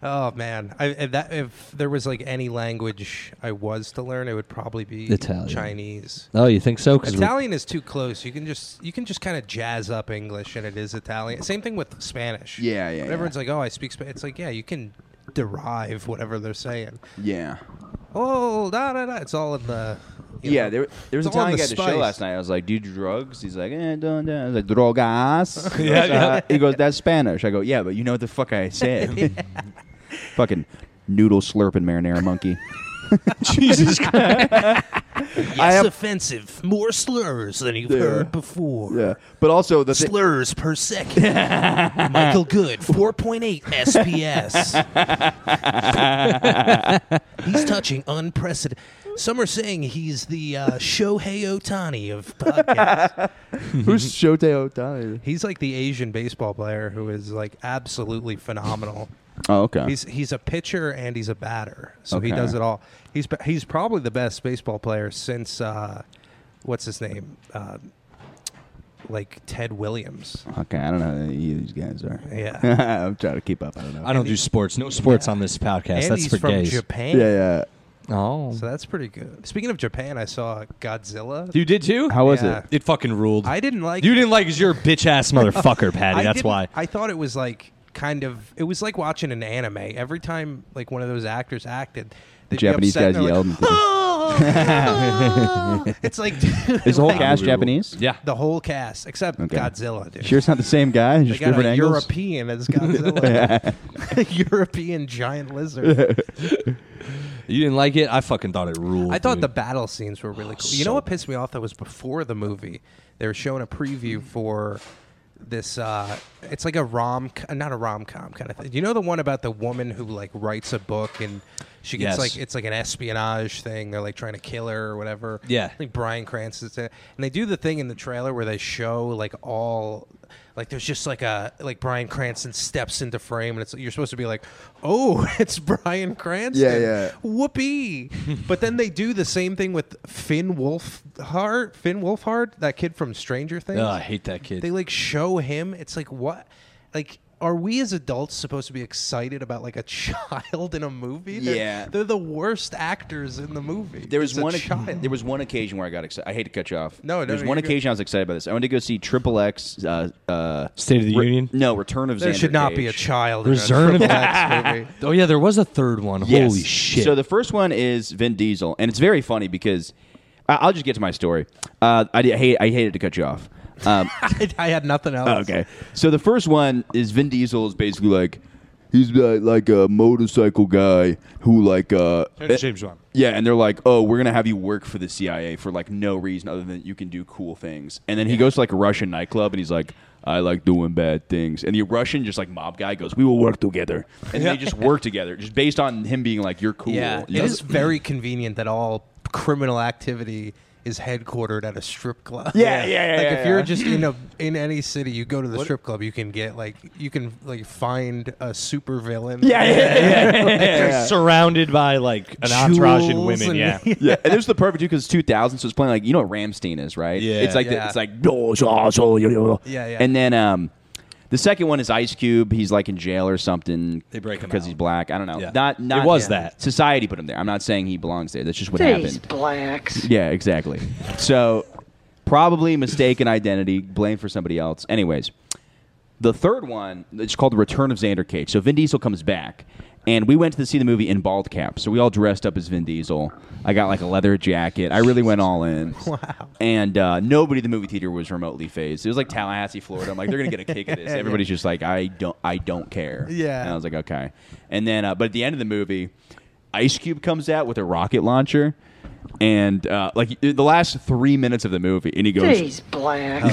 S2: Oh man, I, if that if there was like any language I was to learn, it would probably be
S1: Italian.
S2: Chinese.
S1: oh, you think so? Because
S2: Italian is too close. You can just you can just kind of jazz up English, and it is Italian. Same thing with Spanish.
S3: Yeah, yeah,
S2: When
S3: yeah.
S2: everyone's like, "Oh, I speak Spanish." It's like, yeah, you can derive whatever they're saying.
S3: yeah.
S2: Oh, da da da. It's all in the. you
S3: Yeah,
S2: know.
S3: there, there was an
S2: It's all in
S3: Italian guy at
S2: the
S3: the show
S2: spice.
S3: last night. I was like, "Do you do drugs?" He's like, eh, don't, do I was like, "Drogas."
S1: Yeah, yeah.
S3: He goes, "That's Spanish." I go, "Yeah, but you know what the fuck I said." Fucking noodle slurping marinara monkey.
S1: Jesus Christ.
S2: Yes,
S3: I am-
S2: offensive. More slurs than you've
S3: Yeah.
S2: heard before.
S3: Yeah, but also the thing.
S2: Slurs per second. Michael Good, 4.8 SPS. he's touching unprecedented. Some are saying he's the uh, Shohei Otani of podcasts.
S3: Who's
S2: Mm-hmm.
S3: Shote Otani?
S2: he's like the Asian baseball player who is like absolutely phenomenal.
S3: Oh, okay.
S2: He's he's a pitcher and he's a batter, so he
S3: Okay.
S2: does it all. He's he's probably the best baseball player since uh, what's his name, uh, like Ted Williams.
S3: okay, I don't know who any of these guys are.
S2: Yeah,
S3: I'm trying to keep up. I don't know.
S1: I don't do sports. No sports on this podcast.
S2: and
S1: that's
S2: he's
S1: for
S2: from
S1: gays.
S2: Japan.
S3: Yeah, yeah.
S1: Oh,
S2: So that's pretty good. Speaking of Japan, I saw Godzilla.
S1: you did too.
S3: How was
S2: Yeah.
S3: it?
S1: it fucking ruled.
S2: I didn't like.
S1: you didn't like because you're a bitch ass motherfucker, Patty.
S2: I
S1: That's
S2: didn't-
S1: why.
S2: I thought it was like kind of. It was like watching an anime. Every time like one of those actors acted, they'd be
S3: Japanese
S2: upset
S3: guys
S2: and they're like,
S3: yelled.
S2: "Ah, ah." it's like dude,
S3: Is the whole
S2: like,
S3: cast Japanese?
S1: Yeah.
S2: The whole cast, except Godzilla, dude.
S3: Sure, it's not the same guy.
S2: they
S3: Just
S2: got
S3: different
S2: a
S3: angles.
S2: European as Godzilla, a European giant lizard.
S1: You didn't like it? I fucking thought it ruled.
S2: I thought
S1: dude. Oh,
S2: the battle scenes were really cool. You
S1: so
S2: know what pissed me off? That was before the movie. They were showing a preview for this uh it's like a rom not a rom-com kind of thing you know the one about the woman who like writes a book and she
S1: Yes.
S2: gets like it's like an espionage thing they're like trying to kill her or whatever
S1: Yeah.
S2: i think brian cranston's in it and they do the thing in the trailer where they show like all like there's just like a like brian cranston steps into frame and it's you're supposed to be like oh it's brian cranston
S6: Yeah, yeah.
S2: whoopee but then they do the same thing with finn wolfhard finn wolfhard that kid from stranger things
S1: Oh, I hate that kid.
S2: they like show him it's like what like are we as adults supposed to be excited about like a child in a movie They're-
S3: Yeah.
S2: they're, the worst actors in the movie
S3: There was
S2: It's a
S3: one.
S2: child
S3: There was one occasion where I got excited. I hate to cut you off.
S2: No, no,
S3: There was
S2: no,
S3: one
S2: you're good.
S3: occasion I was excited about this. I went to go see Triple X. Uh, uh,
S1: State of the
S3: Re-
S1: Union.
S3: No, Return of.
S2: there
S3: Xander
S2: should not be a
S3: Cage.
S2: child
S1: Reserve
S2: in a Triple
S1: that.
S2: X movie.
S1: Oh yeah, there was a third one.
S3: Yes.
S1: Holy shit!
S3: So the first one is Vin Diesel, and it's very funny because I- I'll just get to my story. Uh, I did, I hate. I hated to cut you off. Um,
S2: I, I had nothing else
S3: okay. So the first one is Vin Diesel is basically like he's like, like a motorcycle guy who like uh
S5: James Bond.
S3: yeah, and they're like, "Oh, we're gonna have you work for the CIA for like no reason other than you can do cool things." And then he goes to like a Russian nightclub, and he's like, "I like doing bad things." And the Russian just like mob guy goes, "We will work together," and they just work together, just based on him being like, "You're cool."
S2: yeah it is very convenient that all criminal activity is headquartered at a strip club.
S3: Yeah, yeah, yeah,
S2: Like
S3: yeah,
S2: if you're
S3: yeah.
S2: just in a in any city, you go to the strip club, you can get like you can like find a super villain.
S3: Yeah, yeah, yeah, yeah.
S1: surrounded by like an entourage and
S2: Jewels
S1: women.
S2: and-
S1: yeah.
S3: yeah. And this is the perfect dude because it's 2000, so it's playing like you know what Ramstein is, right?
S1: Yeah.
S3: It's like
S2: Yeah.
S3: The, it's like "Oh, so, so, yo, yo."
S2: Yeah, yeah.
S3: And then um, the second one is Ice Cube. He's like in jail or something.
S1: They break him
S3: because
S1: out.
S3: he's black. I don't know.
S1: Yeah.
S3: Not
S1: It
S3: not
S1: was that.
S3: society put him there. I'm not saying he belongs there. That's just what
S4: These
S3: happened.
S4: blacks.
S3: Yeah, exactly. So probably mistaken identity, blame for somebody else. Anyways, the third one, it's called The Return of Xander Cage. So Vin Diesel comes back, and we went to see the movie in bald cap. So we all dressed up as Vin Diesel. I got like a leather jacket. I really went all in. Wow. And uh, nobody at the movie theater was remotely phased. It was like Tallahassee, Florida. I'm like, they're gonna get a kick at this. Everybody's just like, I don't, I don't care.
S2: Yeah.
S3: And I was like, okay. And then, uh, but at the end of the movie, Ice Cube comes out with a rocket launcher. And uh, like the last three minutes of the movie, and he goes,
S4: These blacks.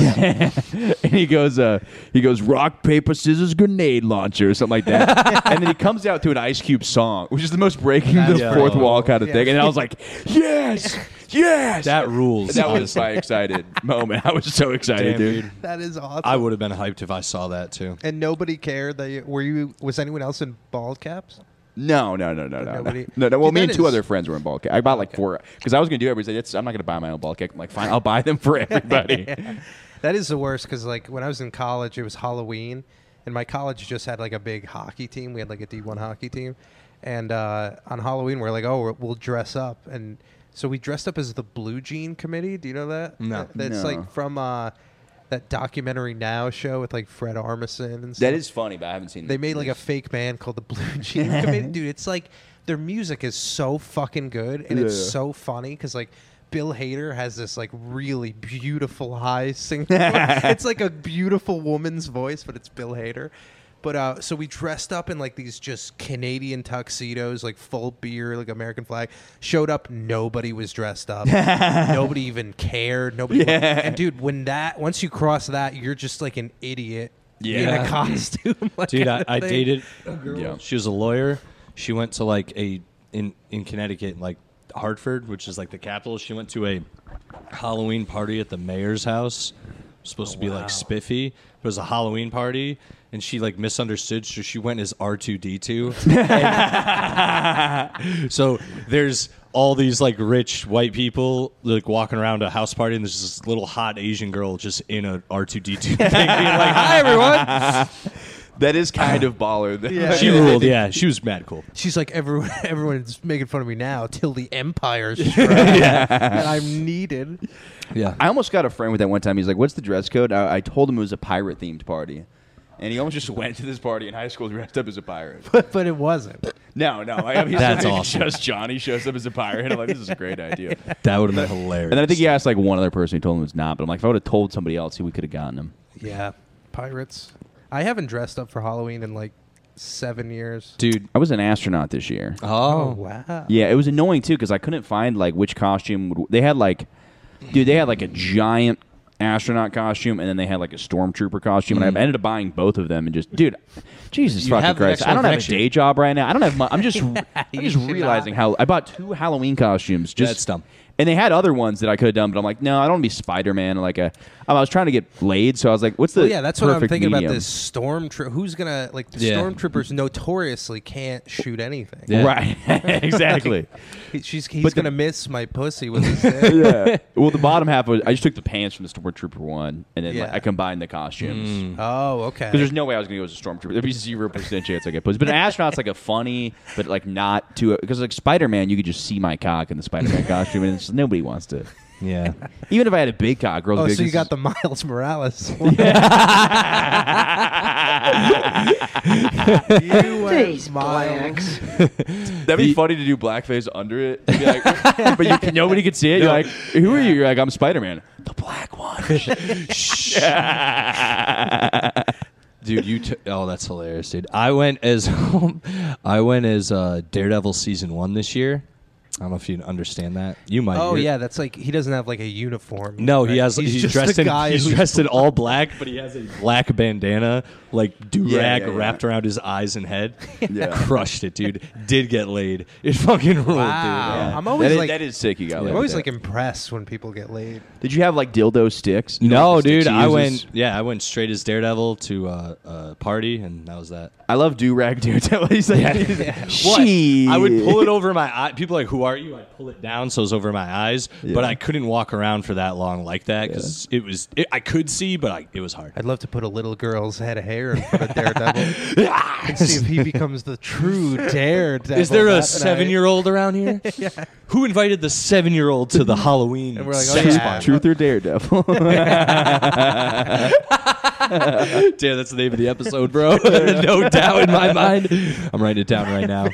S3: and he goes, uh, he goes, rock, paper, scissors, grenade launcher, or something like that. and then he comes out to an Ice Cube song, which is the most breaking the
S1: Yeah.
S3: fourth wall kind of
S2: Yeah.
S3: thing. And I was like, yes, yes.
S1: That rules.
S3: that was my excited moment. I was so excited,
S1: Damn,
S3: dude.
S1: dude.
S2: That is awesome.
S1: I would have been hyped if I saw that too.
S2: and nobody cared that you, were you was anyone else in bald caps?
S3: No, no, no, no, no, no,
S2: Nobody-
S3: no, no. Well,
S2: Dude,
S3: me
S2: that
S3: and two
S2: is-
S3: other friends were in ball kick. I bought like four because I was gonna do everything. It's, I'm not gonna buy my own ball kick. I'm like, fine, I'll buy them for everybody.
S2: That is the worst because like when I was in college, it was Halloween, and my college just had like a big hockey team. We had like a D one hockey team, and uh, on Halloween we're like, oh, we're, we'll dress up, and so we dressed up as the Blue Jean Committee. Do you know that?
S1: No.
S2: that's
S3: No.
S2: like from uh, that documentary Now show with like Fred Armisen and stuff.
S3: That is funny, but I haven't seen.
S2: They made like a fake band called the Blue Jean Committee. Dude, it's like their music is so fucking good and it's
S3: Yeah.
S2: so funny because like Bill Hader has this like really beautiful high singing. voice. it's like a beautiful woman's voice, but it's Bill Hader. But uh, so we dressed up in like these just Canadian tuxedos, like full beer, like American flag. Showed up, nobody was dressed up. nobody even cared. Nobody. And dude, when that once you cross that, you're just like an idiot in
S1: Yeah.
S2: a costume. like,
S1: Dude, I,
S2: kinda
S1: I
S2: thing.
S1: dated.
S3: Yeah.
S1: She was a lawyer. She went to like a in in Connecticut, like Hartford, which is like the capital. She went to a Halloween party at the mayor's house. Supposed to be like spiffy. It was a Halloween party, and she like misunderstood. So she went as R two D two. So there's all these like rich white people like walking around a house party, and there's this little hot Asian girl just in a R two D two thing, being like, "Hi everyone."
S3: that is kind of baller. though.
S2: Yeah.
S1: She ruled. Yeah, she was mad cool.
S2: She's like everyone. Everyone's making fun of me now till the empire's yeah. and I'm needed.
S1: Yeah.
S3: I almost got a friend with that one time. He's like, "What's the dress code?" I, I told him it was a pirate themed party, and he almost just went to this party in high school dressed up as a pirate.
S2: But it wasn't.
S3: no, no, I mean, he's
S1: That's
S3: like,
S1: awesome.
S3: Just Johnny shows up as a pirate. I'm like, this is a great idea. And
S1: That would have been hilarious.
S3: then I think he asked like one other person who told him it was not. But I'm like, if I would have told somebody else, we could have gotten him.
S2: Yeah, pirates. I haven't dressed up for Halloween in like seven years.
S1: dude.
S3: I was an astronaut this year.
S2: Oh
S1: Oh,
S2: wow.
S3: Yeah, it was annoying too because I couldn't find like which costume would. They had like, dude, they had like a giant astronaut costume, and then they had like a stormtrooper costume,
S2: Hmm.
S3: and I ended up buying both of them. And just, dude, Jesus
S6: You
S3: fucking
S6: have an
S3: Christ, I don't have a
S6: extra
S3: day job right now. I don't have. Mu- I'm just, I'm just
S6: should
S3: realizing how I bought two Halloween costumes. Just
S1: That's dumb.
S3: And they had other ones that I could have done, but I'm like, no, I don't want to be Spider Man. Like a, I was trying to get laid, so I was like, what's the?
S2: Well, yeah, that's what I'm
S3: perfect
S2: thinking
S3: medium?
S2: about this stormtrooper. Who's gonna like the
S1: Yeah.
S2: stormtroopers? Notoriously can't shoot anything.
S1: Yeah.
S3: Right, exactly.
S2: He- She's he's
S3: But the-
S2: gonna miss my pussy with his dick.
S3: well, the bottom half was I just took the pants from the Stormtrooper one, and then like,
S2: Yeah.
S3: I combined the costumes.
S2: Oh, okay.
S3: Because there's no way I was going to go as a stormtrooper. There'd be zero percent chance I get pussy. But an astronaut's like a funny, but like not too. Because like Spider Man, you could just see my cock in the Spider Man costume, and it's, nobody wants to.
S1: Yeah.
S3: Even if I had a big cock, girls. would
S2: Oh,
S3: be
S2: so
S3: like,
S2: you got
S3: "This
S2: the Miles Morales. you
S4: These
S2: went Miles.
S4: blacks.
S3: is- That'd be funny to do blackface under it. You'd be like- but you can, nobody could see it. You're like, who are you? You're like, I'm Spider Man. The black one.
S1: Dude, you t- oh that's hilarious, dude. I went as I went as uh, Daredevil season one this year. I don't know if you understand that. You might.
S2: Oh
S1: You're-
S2: yeah, that's like he doesn't have like a uniform.
S1: No, he
S2: right?
S1: has. He's,
S2: just
S1: dressed
S2: a
S1: in.
S2: guy
S1: He's
S2: who's
S1: dressed in all black, but he has a black bandana, like do rag
S3: yeah, yeah.
S1: wrapped around his eyes and head.
S3: Yeah.
S1: crushed it, dude. Did get laid. It fucking ruled,
S2: Wow.
S1: dude.
S2: I'm always
S3: That is-
S2: like-
S3: that is sick. You got.
S2: I'm
S3: like
S2: always
S3: that.
S2: like impressed when people get laid.
S3: Did you have like dildo sticks? You know,
S1: No,
S3: like the
S1: dude,
S3: sticks he
S1: I
S3: uses?
S1: went. Yeah, I went straight as Daredevil to uh, a party, and that was that.
S3: I love do rag dudes. He's like,
S1: What? I would
S3: "Shit."
S1: pull it over my eye. People are like, "Who are you?" I'd pull it down so it was over my eyes, but I couldn't walk around for that long like that because it was. It, I could see, but I, it was hard.
S2: I'd love to put a little girl's head of hair in front of Daredevil and see if he becomes the true Daredevil.
S1: Is there
S2: that
S1: a
S2: night.
S1: seven-year-old around here? Who invited the seven-year-old to the Halloween?
S2: And we're like, oh,
S1: sex
S2: yeah.
S1: party?
S3: Truth or Daredevil?
S1: Damn, that's the name of the episode, bro. no doubt in my mind. I'm writing it down right now.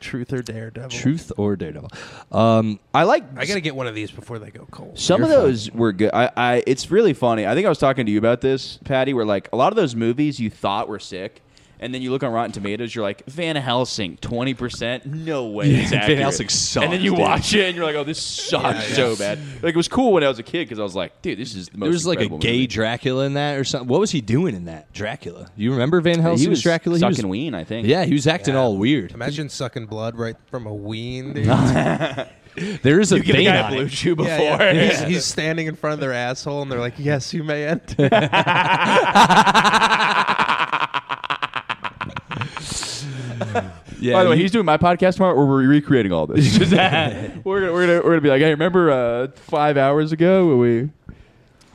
S2: truth or Daredevil?
S1: Truth or Daredevil? Um,
S3: I like.
S2: I gotta get one of these before they go cold.
S3: some of those were good. I, I, it's really funny. I think I was talking to you about this, Patty. Where like a lot of those movies you thought were sick, and then you look on Rotten Tomatoes, you're like Van Helsing, twenty percent. No way.
S1: Yeah,
S3: it's
S1: Van
S3: accurate.
S1: Helsing sucks,
S3: And then you
S1: dude.
S3: watch it, and you're like, oh, this sucks so bad. Like it was cool when I was a kid because I was like, dude, this is the most.
S1: there was like a
S3: incredible
S1: gay
S3: movie.
S1: Dracula in that or something. What was he doing in that Dracula? You remember Van Helsing's
S3: He was
S1: Dracula?
S3: sucking
S1: he was,
S3: ween. I think.
S1: Yeah, he was acting all weird.
S2: Imagine sucking blood right from a ween. Dude.
S1: There is a
S3: Give a
S1: vein
S3: guy
S1: on
S3: a blue
S1: it.
S3: chew before.
S2: Yeah, yeah. He's, he's standing in front of their asshole, and they're like, "Yes, you may enter."
S1: Yeah,
S3: By the way,
S1: you-
S3: he's doing my podcast tomorrow where we're recreating all this. we're, gonna, we're, gonna, we're gonna be like, hey, remember uh, five hours ago when we.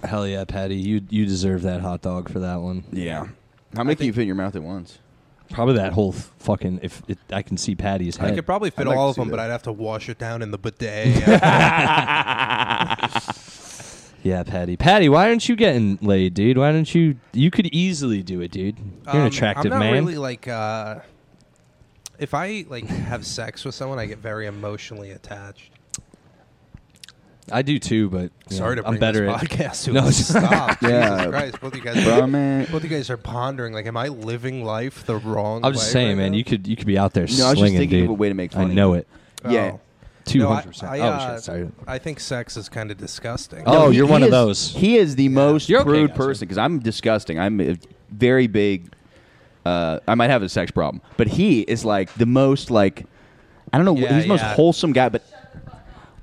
S1: hell yeah, Patty, you you deserve that hot dog for that one.
S3: Yeah. How many can you fit in your mouth at once?
S1: Probably that whole f- fucking. If it, I can see Patty's
S2: I
S1: head,
S2: could probably fit
S3: I'd like
S2: all
S3: to
S2: of
S3: see
S2: them, but
S3: that.
S2: I'd have to wash it down in the bidet.
S1: yeah, Patty, Patty, why aren't you getting laid, dude? Why don't you? You could easily do it, dude. You're
S2: Um,
S1: an attractive
S2: I'm not
S1: man.
S2: Really, like, uh, if I like have sex with someone, I get very emotionally attached.
S1: I do too, but you
S2: Sorry
S1: know,
S2: to bring
S1: I'm better
S2: this
S1: at
S2: podcast to
S1: No,
S2: a
S1: it's-
S2: stop.
S3: Yeah.
S2: Jesus Christ, both you guys,
S3: Bro, man.
S2: both you guys are pondering. Like, am I living life the wrong?
S1: I'm just
S2: way
S1: saying,
S2: right
S1: man,
S2: now?
S1: you could you could be out there
S3: just
S1: slinging,
S3: thinking of
S1: dude.
S3: a way to make
S1: I
S3: funny.
S1: know it.
S3: Yeah.
S1: Two
S2: Oh. No, I-
S1: hundred percent.
S2: I,
S1: Oh
S2: uh,
S1: shit, sorry.
S2: I think sex is kind of disgusting.
S1: Oh, you're one of those.
S3: He is the most
S1: You're okay,
S3: prude
S1: guys.
S3: person because I'm disgusting. I'm a very big. Uh, I might have a sex problem, but he is like the most like. I don't know.
S2: Yeah,
S3: he's the most
S2: yeah.
S3: wholesome guy, but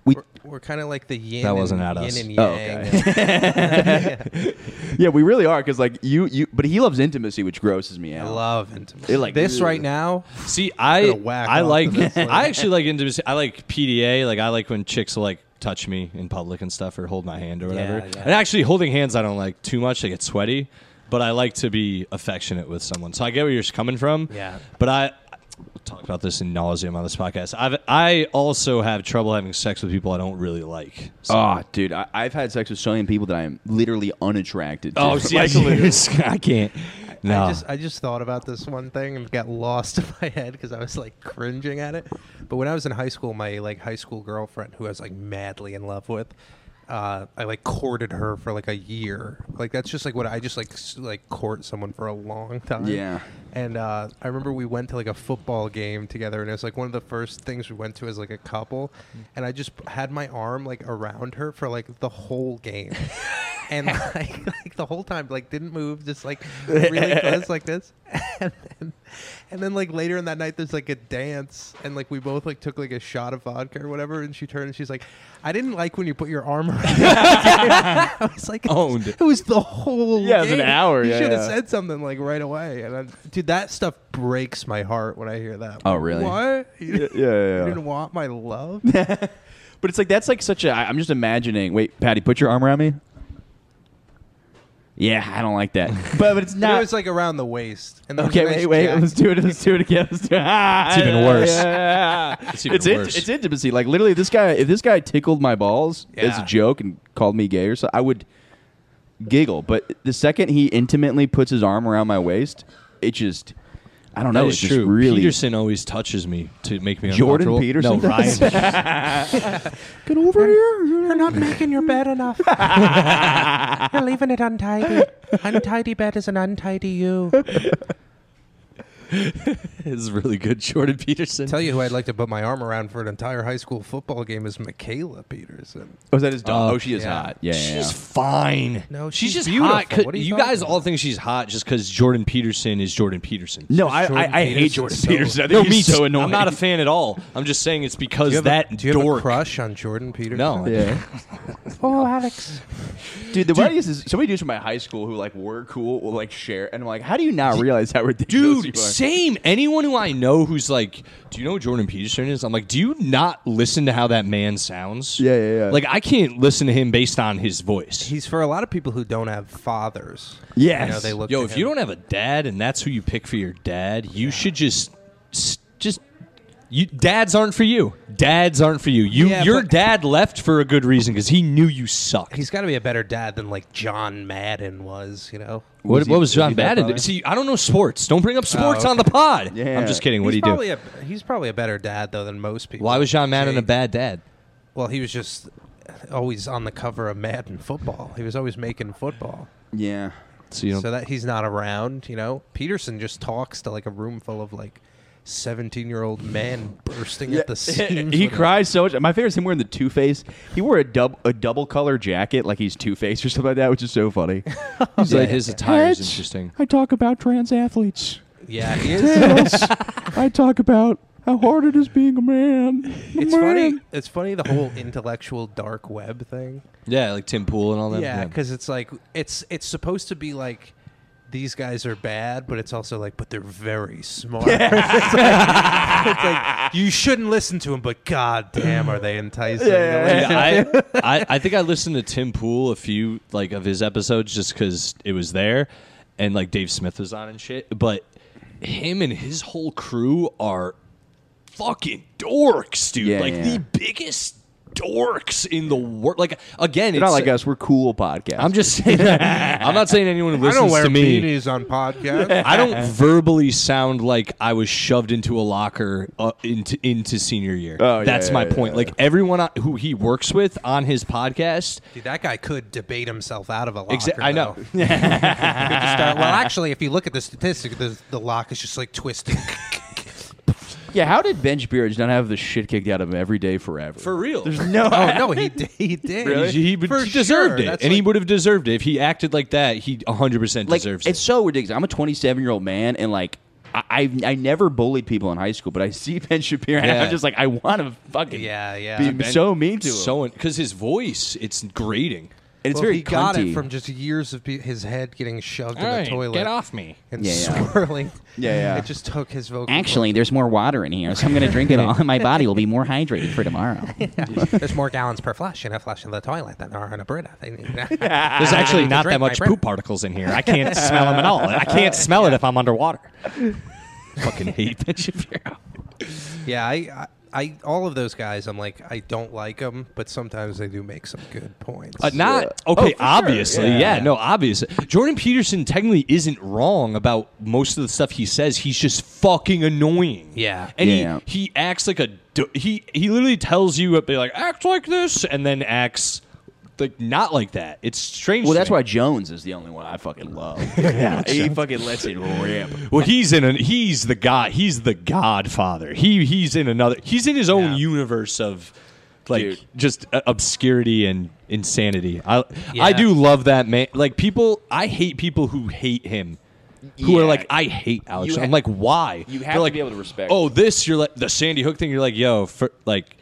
S3: we
S2: We're, we're kind of like the yin.
S1: That wasn't
S2: and,
S1: at
S2: yin
S1: us.
S2: and
S3: Oh,
S2: yang.
S3: yeah, we really are because like you you. But he loves intimacy, which grosses me
S2: I
S3: out.
S2: love intimacy.
S3: It, like,
S2: this
S3: ugh.
S2: right now.
S1: See, I
S2: Gonna whack
S1: I
S2: off
S1: like
S2: to this, like-
S1: I actually like intimacy. I like PDA. Like I like when chicks will, like touch me in public and stuff, or hold my hand or whatever.
S2: Yeah, yeah.
S1: And actually, holding hands I don't like too much. I get sweaty, but I like to be affectionate with someone. So I get where you're coming from.
S2: Yeah.
S1: But I we'll talk about this in nauseum on this podcast. I've I also have trouble having sex with people I don't really like. So-
S3: Oh, dude, I, I've had sex with so many people that I am literally unattracted. to.
S1: I, I can't. No.
S2: I just I just thought about this one thing and got lost in my head because I was like cringing at it. But when I was in high school, my like high school girlfriend who I was like madly in love with, uh, I like courted her for like a year. Like that's just like what I just like s- like court someone for a long time.
S3: Yeah.
S2: And uh, I remember we went to like a football game together, and it was like one of the first things we went to as like a couple.
S3: Mm.
S2: And I just had my arm like around her for like the whole game, and like, like the whole time, like didn't move, just like really close like this. And then, and then like later in that night, there's like a dance, and like we both like took like a shot of vodka or whatever, and she turned and she's like, "I didn't like when you put your arm around." me." I was like,
S1: Owned.
S2: It was the whole
S3: Yeah, it was an
S2: game.
S3: hour,
S2: You
S3: yeah,
S2: should have
S3: yeah.
S2: said something like right away. And I'm, dude, that stuff breaks my heart when I hear that.
S3: Oh, really?
S2: What? You,
S3: Yeah,
S2: didn't-
S3: yeah, yeah.
S2: you didn't want my love?
S3: But it's like that's like such a. I- I'm just imagining. Wait, Patty, put your arm around me. Yeah, I don't like that. But, but it's
S2: it
S3: not.
S2: was like around the waist. And there was a
S3: okay,
S2: nice
S3: wait, wait.
S2: jacket.
S3: Let's do it. Let's do it again. Let's do it. it's
S1: even worse.
S3: It's
S1: It's even
S3: in-
S1: worse.
S3: it's intimacy. Like literally, this guy. If this guy tickled my balls as a
S2: Yeah.
S3: joke and called me gay or something, I would giggle. But the second he intimately puts his arm around my waist, it just. I don't know.
S1: That
S3: It's
S1: is
S3: just
S1: true.
S3: really.
S1: Peterson always touches me to make me
S3: Jordan
S1: uncomfortable.
S3: Peterson
S1: No, Ryan.
S3: does?
S1: Peterson.
S2: Get over here. You're not making your bed enough. You're leaving it untidy. Untidy bed is an untidy you.
S1: is really good. Jordan Peterson.
S2: Tell you who I'd like to put my arm around for an entire high school football game is Michaela Peterson.
S3: oh, is that his dog?
S1: Oh,
S3: oh, she is
S2: yeah.
S3: hot. Yeah, yeah,
S1: She's
S3: yeah.
S1: fine.
S2: No, she's
S1: just
S2: beautiful.
S1: hot. 'cause
S2: What are
S1: you
S2: you talking
S1: guys all
S2: about?
S1: think she's hot just because Jordan Peterson is Jordan Peterson.
S3: No, I, I, I hate Jordan
S2: Peterson's so-
S3: Peterson. I think he's
S1: too.
S3: so annoying.
S1: I'm not a fan at all. I'm just saying it's because
S2: Do you have,
S1: that
S2: a, do you have a
S1: dork.
S2: crush on Jordan Peterson?
S1: No.
S3: Yeah.
S2: Oh, Alex.
S3: Dude, the funniest is so many dudes from my high school who like were cool will like share, and I'm like, how do you not realize how
S1: Dude,
S3: ridiculous? you are?
S1: same. Anyone who I know who's like, "Do you know who Jordan Peterson is?" I'm like, "Do you not listen to how that man sounds?"
S3: Yeah, yeah, yeah.
S1: Like I can't listen to him based on his voice.
S2: He's for a lot of people who don't have fathers.
S3: Yes.
S2: You know, they look
S1: Yo,
S2: to
S1: if
S2: him.
S1: you don't have a dad and that's who you pick for your dad, you should just s- just you dads aren't for you. Dads aren't for you. You
S2: Yeah,
S1: your
S2: but-
S1: dad left for a good reason cuz he knew you sucked.
S2: He's got to be a better dad than like John Madden was, you know.
S1: what,
S3: Was he-
S1: what was
S3: was he
S1: John
S3: that
S1: Madden?
S3: father?
S1: See, I don't know sports. Don't bring up sports on the pod.
S3: Yeah.
S1: I'm just kidding. What do
S2: Oh, he's
S1: you do?
S2: probably A, he's probably a better dad though than most people.
S1: Why was John Madden
S2: Say-
S1: a bad dad?
S2: Well, he was just always on the cover of Madden football. He was always making football,
S3: Yeah.
S1: So you don't
S2: so that he's not around. You know, Peterson just talks to like a room full of like seventeen-year-old men bursting at the seams.
S3: he
S2: with a-
S3: cries so much. My favorite is him wearing the Two Face. He wore a double a double color jacket, like he's Two Face or something like that, which is so funny. He's
S1: Yeah,
S3: like,
S1: his attire is
S3: "Heads,
S1: interesting."
S3: I talk about trans athletes.
S2: Yeah, he is.
S3: I talk about how hard it is being a man. A
S2: it's
S3: man.
S2: funny. It's funny the whole intellectual dark web thing.
S1: Yeah, like Tim Pool and all that.
S2: Yeah, because it's like it's it's supposed to be like these guys are bad, but it's also like but they're very smart. it's, like, it's like, you shouldn't listen to them, but goddamn, are they enticing?
S1: Dude, I, I, I think I listened to Tim Pool a few like of his episodes just because it was there, and like Dave Smith was on and shit. But him and his whole crew are fucking dorks, dude.
S3: Yeah,
S1: like
S3: yeah.
S1: the biggest dorks in the world. Like again,
S3: They're
S1: it's
S3: not like us. We're cool podcast.
S1: I'm just saying. I'm not saying anyone who listens to me.
S2: on podcasts.
S1: I don't verbally sound like I was shoved into a locker uh, into into senior year.
S3: Oh, yeah,
S1: That's
S3: yeah,
S1: my
S3: yeah,
S1: point.
S3: yeah.
S1: Like everyone on- who he works with on his podcast,
S2: Dude, that guy could debate himself out of a locker.
S1: Exa- I know.
S2: though. He could just start- well, actually, if you look at the statistic, the, the lock is just like twisting.
S3: yeah. How did Ben Beard not have the shit kicked out of him every day forever?
S1: for real.
S2: no, oh no, he did. He did.
S3: Really?
S1: He, he would-
S2: For
S1: he deserved
S2: sure.
S1: it, and
S2: That's
S1: he
S2: like-
S1: would have deserved it if he acted like that. He 100 percent
S3: like
S1: deserves
S3: it's
S1: it.
S3: so ridiculous. I'm a 27 year old man, and like I I've, I never bullied people in high school, but I see Ben Shapiro, and
S1: Yeah.
S3: I'm just like I want to fucking
S2: Yeah, yeah.
S3: be
S2: Ben-
S3: so mean to him.
S1: So because his voice, it's grating.
S3: and it's
S2: Well,
S3: very
S2: he got
S3: cunty.
S2: it from just years of pe- his head getting shoved in the toilet.
S1: me.
S2: and
S3: Yeah, yeah.
S2: swirling.
S3: Yeah, yeah.
S2: It just took his vocal.
S6: there's more water in here, so I'm going to drink it all, and my body will be more hydrated for tomorrow.
S2: cords. there's more gallons per flush in a flush in the toilet than there are in a Brita. They need that.
S1: There's actually not that
S2: drink my
S1: much
S2: breath.
S1: poop particles in here. I can't smell them at all. I can't smell it if I'm underwater. Fucking hate that Shapiro.
S2: yeah, I, I, I, all of those guys, I'm like, I don't like them, but sometimes they do make some good points.
S1: Uh, not
S3: Oh, for
S1: okay.
S3: sure.
S1: obviously,
S3: Yeah.
S1: yeah. no, obviously. Jordan Peterson technically isn't wrong about most of the stuff he says. He's just fucking annoying.
S2: Yeah.
S1: and
S3: Yeah.
S1: he he acts like a do- he he literally tells you be like act like this, and then acts like not like that. It's strange.
S3: Well, that's
S1: to me.
S3: why Jones is the only one I fucking love. he fucking lets it rip.
S1: Well, he's in an he's the god he's the godfather. He he's in another he's in his own
S2: Yeah.
S1: universe of like
S3: Dude.
S1: just uh, obscurity and insanity. I I
S2: Yeah.
S1: do love that man. Like people, I hate people who hate him. Who are
S3: Yeah.
S1: like I hate Alex?
S3: You
S1: I'm
S3: ha-
S1: like why?
S3: you have
S1: They're
S3: to
S1: like,
S3: be able to respect.
S1: Oh, this you're like the Sandy Hook thing. You're like yo, for, like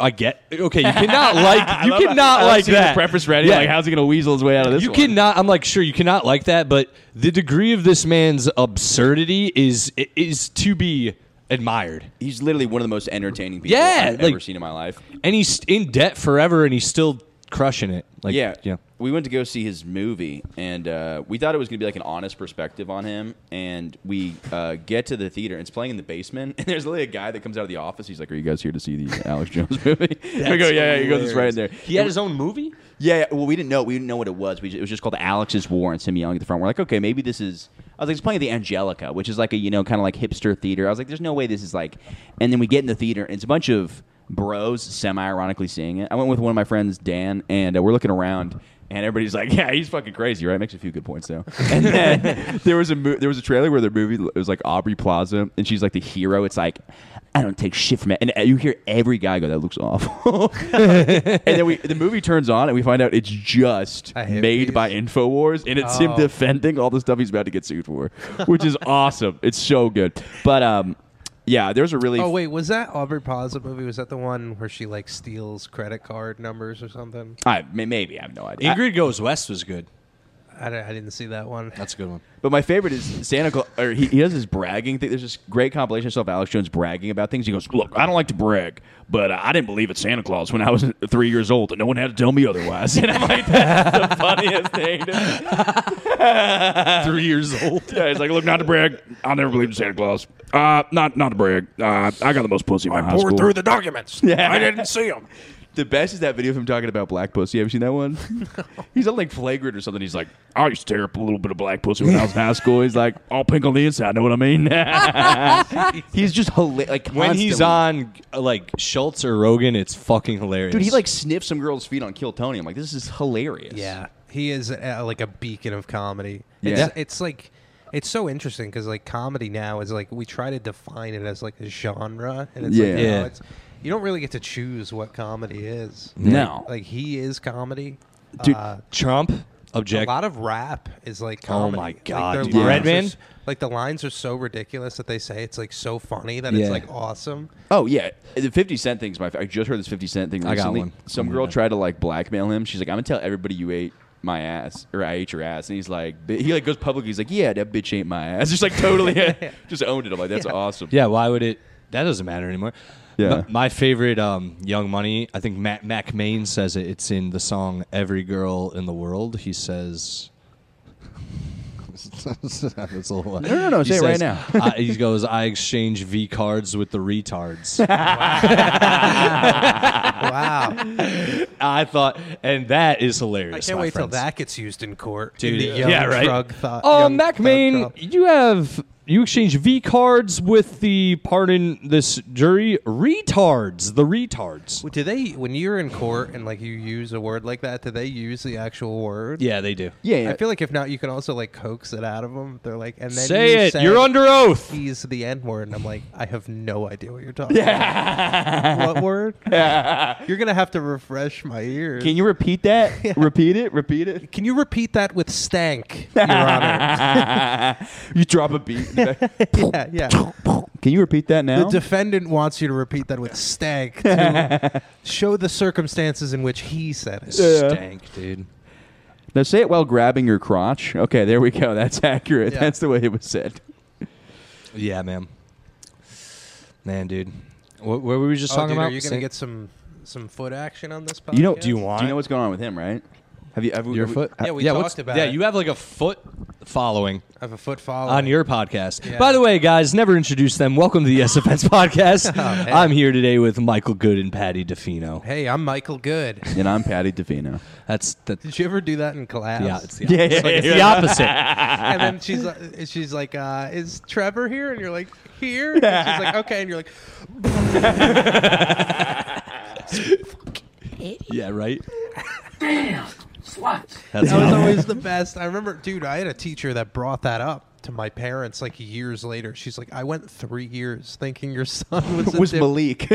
S1: I get okay. You cannot like you cannot like that.
S3: preface ready.
S1: Yeah.
S3: Like, how's he gonna weasel his way out of this?
S1: You
S3: one?
S1: cannot. I'm like, sure, you cannot like that, but the degree of this man's absurdity is is to be admired.
S3: He's literally one of the most entertaining people
S1: Yeah,
S3: I've ever
S1: like-
S3: seen in my life.
S1: And he's in debt forever, and he's still crushing it. Like,
S3: yeah,
S1: yeah.
S3: We went to go see his movie, and uh, we thought it was going to be like an honest perspective on him. And we uh, get to the theater, and it's playing in the basement. And there's literally a guy that comes out of the office. He's like, "Are you guys here to see the Alex Jones movie?" we go, "Yeah, yeah." He goes, "It's right in there."
S1: He had his own movie.
S3: Yeah, yeah, well, we didn't know. We didn't know what it was. We, ju- it was just called Alex's War and Sim yelling at the front. We're like, okay, maybe this is. I was like, it's playing at the Angelica, which is like a you know kind of like hipster theater. I was like, there's no way this is like. And then we get in the theater, and it's a bunch of bros semi-ironically seeing it. I went with one of my friends, Dan, and uh, we're looking around. And everybody's like, "Yeah, he's fucking crazy, right?" Makes a few good points though. And then there was a mo- there was a trailer where the movie it was like Aubrey Plaza, and she's like the hero. It's like, I don't take shit from it, and uh, you hear every guy go, "That looks awful." and then we the movie turns on and we find out it's just
S2: I hate
S3: made
S2: these.
S3: by Infowars and it's him
S2: Oh.
S3: defending all the stuff he's about to get sued for, which is awesome. It's so good. But um, yeah, there's a really
S2: Oh wait, was that Aubrey Plaza movie? Was that the one where she like steals credit card numbers or something?
S3: I, may- maybe I have no idea.
S1: Ingrid Goes West was good.
S2: I, di- I didn't see that one.
S1: That's a good one.
S3: But my favorite is Santa Claus, or he, he does his bragging thing. There's this great compilation of stuff Alex Jones bragging about things. He goes,
S5: Look, I don't like to brag, but uh, I didn't believe in Santa Claus when I was three years old, and no one had to tell me otherwise.
S3: and I'm like, that's the funniest thing. to me."
S5: three years old.
S3: Yeah, he's like,
S5: Look, not to brag, I never believed in Santa Claus. Uh, not not to brag. Uh, I got the most pussy in my high school.
S7: the documents.
S3: I
S7: didn't see them.
S3: The best is that video of him talking about black pussy. Have you seen that one? he's on like flagrant or something. He's like,
S5: I used to tear up a little bit of black pussy when I was in high school. He's like, all pink on the inside. Know what I mean?
S3: he's just hila- like
S1: When he's
S3: constantly-
S1: on uh, like Schultz or Rogan, it's fucking hilarious.
S3: dude, he like sniffs some girl's feet on Kill Tony. I'm like, this is hilarious.
S2: Yeah, he is uh, like a beacon of comedy.
S3: Yeah.
S2: It's, it's like it's so interesting because like comedy now is like we try to define it as like a genre, and it's
S3: Yeah.
S2: like,
S1: Yeah.
S2: No, it's, you don't really get to choose what comedy is.
S3: No.
S2: like, he is comedy.
S1: dude,
S2: Uh,
S1: Trump
S2: a
S1: object.
S2: lot of rap is like
S1: Oh
S2: comedy.
S1: my
S2: Like,
S1: God,
S2: their
S1: dude.
S2: lines are
S1: Redman?
S2: s- like the lines are so ridiculous that they say it's like so funny that
S1: Yeah.
S2: it's like awesome.
S3: Oh yeah, the Fifty Cent thing's my. fa- I just heard this Fifty Cent thing.
S1: I
S3: Recently.
S1: got one.
S3: Some girl tried to like blackmail him. She's like, I'm gonna tell everybody you ate my ass or I ate your ass, and he's like, bi- he like goes public. He's like, yeah, that bitch ain't my ass. Just like totally, just owned it. I'm like, that's awesome.
S1: Yeah, why would it? That doesn't matter anymore.
S3: Yeah.
S1: M- my favorite um, Young Money, I think Matt, Mac Main says it. It's in the song Every Girl in the World. He says. That's a little-
S3: No, no, no,
S1: He
S3: say it right
S1: says,
S3: now.
S1: I, he goes, I exchange V cards with the retards.
S2: Wow,
S1: I thought, and that is hilarious.
S2: I can't
S1: my
S2: wait till
S1: friends.
S2: that gets used in court.
S1: Dude,
S2: in the
S1: yeah.
S2: young
S1: Yeah, right?
S2: Drug thought,
S1: Oh,
S2: young
S1: Mac
S2: thug
S1: Main,
S2: trial.
S1: you have. You exchange V cards with the pardon this jury retards, the retards.
S2: Well, Do they when you're in court and like you use a word like that? Do they use the actual word?
S1: Yeah, they do.
S3: yeah. yeah.
S2: I feel like if not, you can also like coax it out of them. They're like, and then
S1: Say
S2: you
S1: it.
S2: said
S1: You're under oath.
S2: He's the N word, and I'm like, I have no idea what you're talking. about. What word? You're gonna have to refresh my ears.
S3: Can you repeat that? Repeat it. Repeat it.
S2: Can you repeat that with stank, Your Honor?
S3: You drop a beat. in the back.
S2: yeah, yeah.
S3: Can you repeat that now?
S2: The defendant wants you to repeat that with stank to show the circumstances in which he
S1: Uh,
S2: said it.
S1: Stank, dude.
S3: now say it while grabbing your crotch. Okay, there we go. That's accurate.
S2: Yeah.
S3: That's the way it was said.
S1: Yeah, man. Man, dude. What, what were we just
S2: Oh,
S1: talking
S2: dude,
S1: about?
S2: are you gonna
S1: Stank-
S2: get some some foot action on this podcast?
S3: You know?
S1: Do you want
S3: Do you
S1: it?
S3: know what's going on with him? Right? Have you ever
S1: your
S3: have we-
S1: foot?
S2: Yeah, we talked
S1: what's-
S2: about
S1: Yeah,
S2: it.
S1: you have like a foot following
S2: I have a foot follow
S1: on your podcast.
S2: Yeah.
S1: By the way, guys, never introduced them. Welcome to the SFS podcast.
S2: Oh, man.
S1: I'm here today with Michael Good and Patty DeFino.
S2: Hey, I'm Michael Good.
S3: And I'm Patty DeFino.
S1: That's the
S2: Did you ever do that in class?
S1: yeah, it's the
S3: Yeah,
S1: opposite.
S3: yeah,
S1: It's
S3: yeah.
S1: the opposite.
S2: and then she's uh, she's like, uh, "Is Trevor here?" And you're like, "Here." And she's like, "Okay." And you're like,
S1: yeah, right.
S7: Damn! Sluts!
S1: That's
S2: That was
S1: how-
S2: always the best. I remember, dude, I had a teacher that brought that up to my parents like years later. She's like, I went three years thinking your son was a
S3: was
S2: dip-
S3: Malik.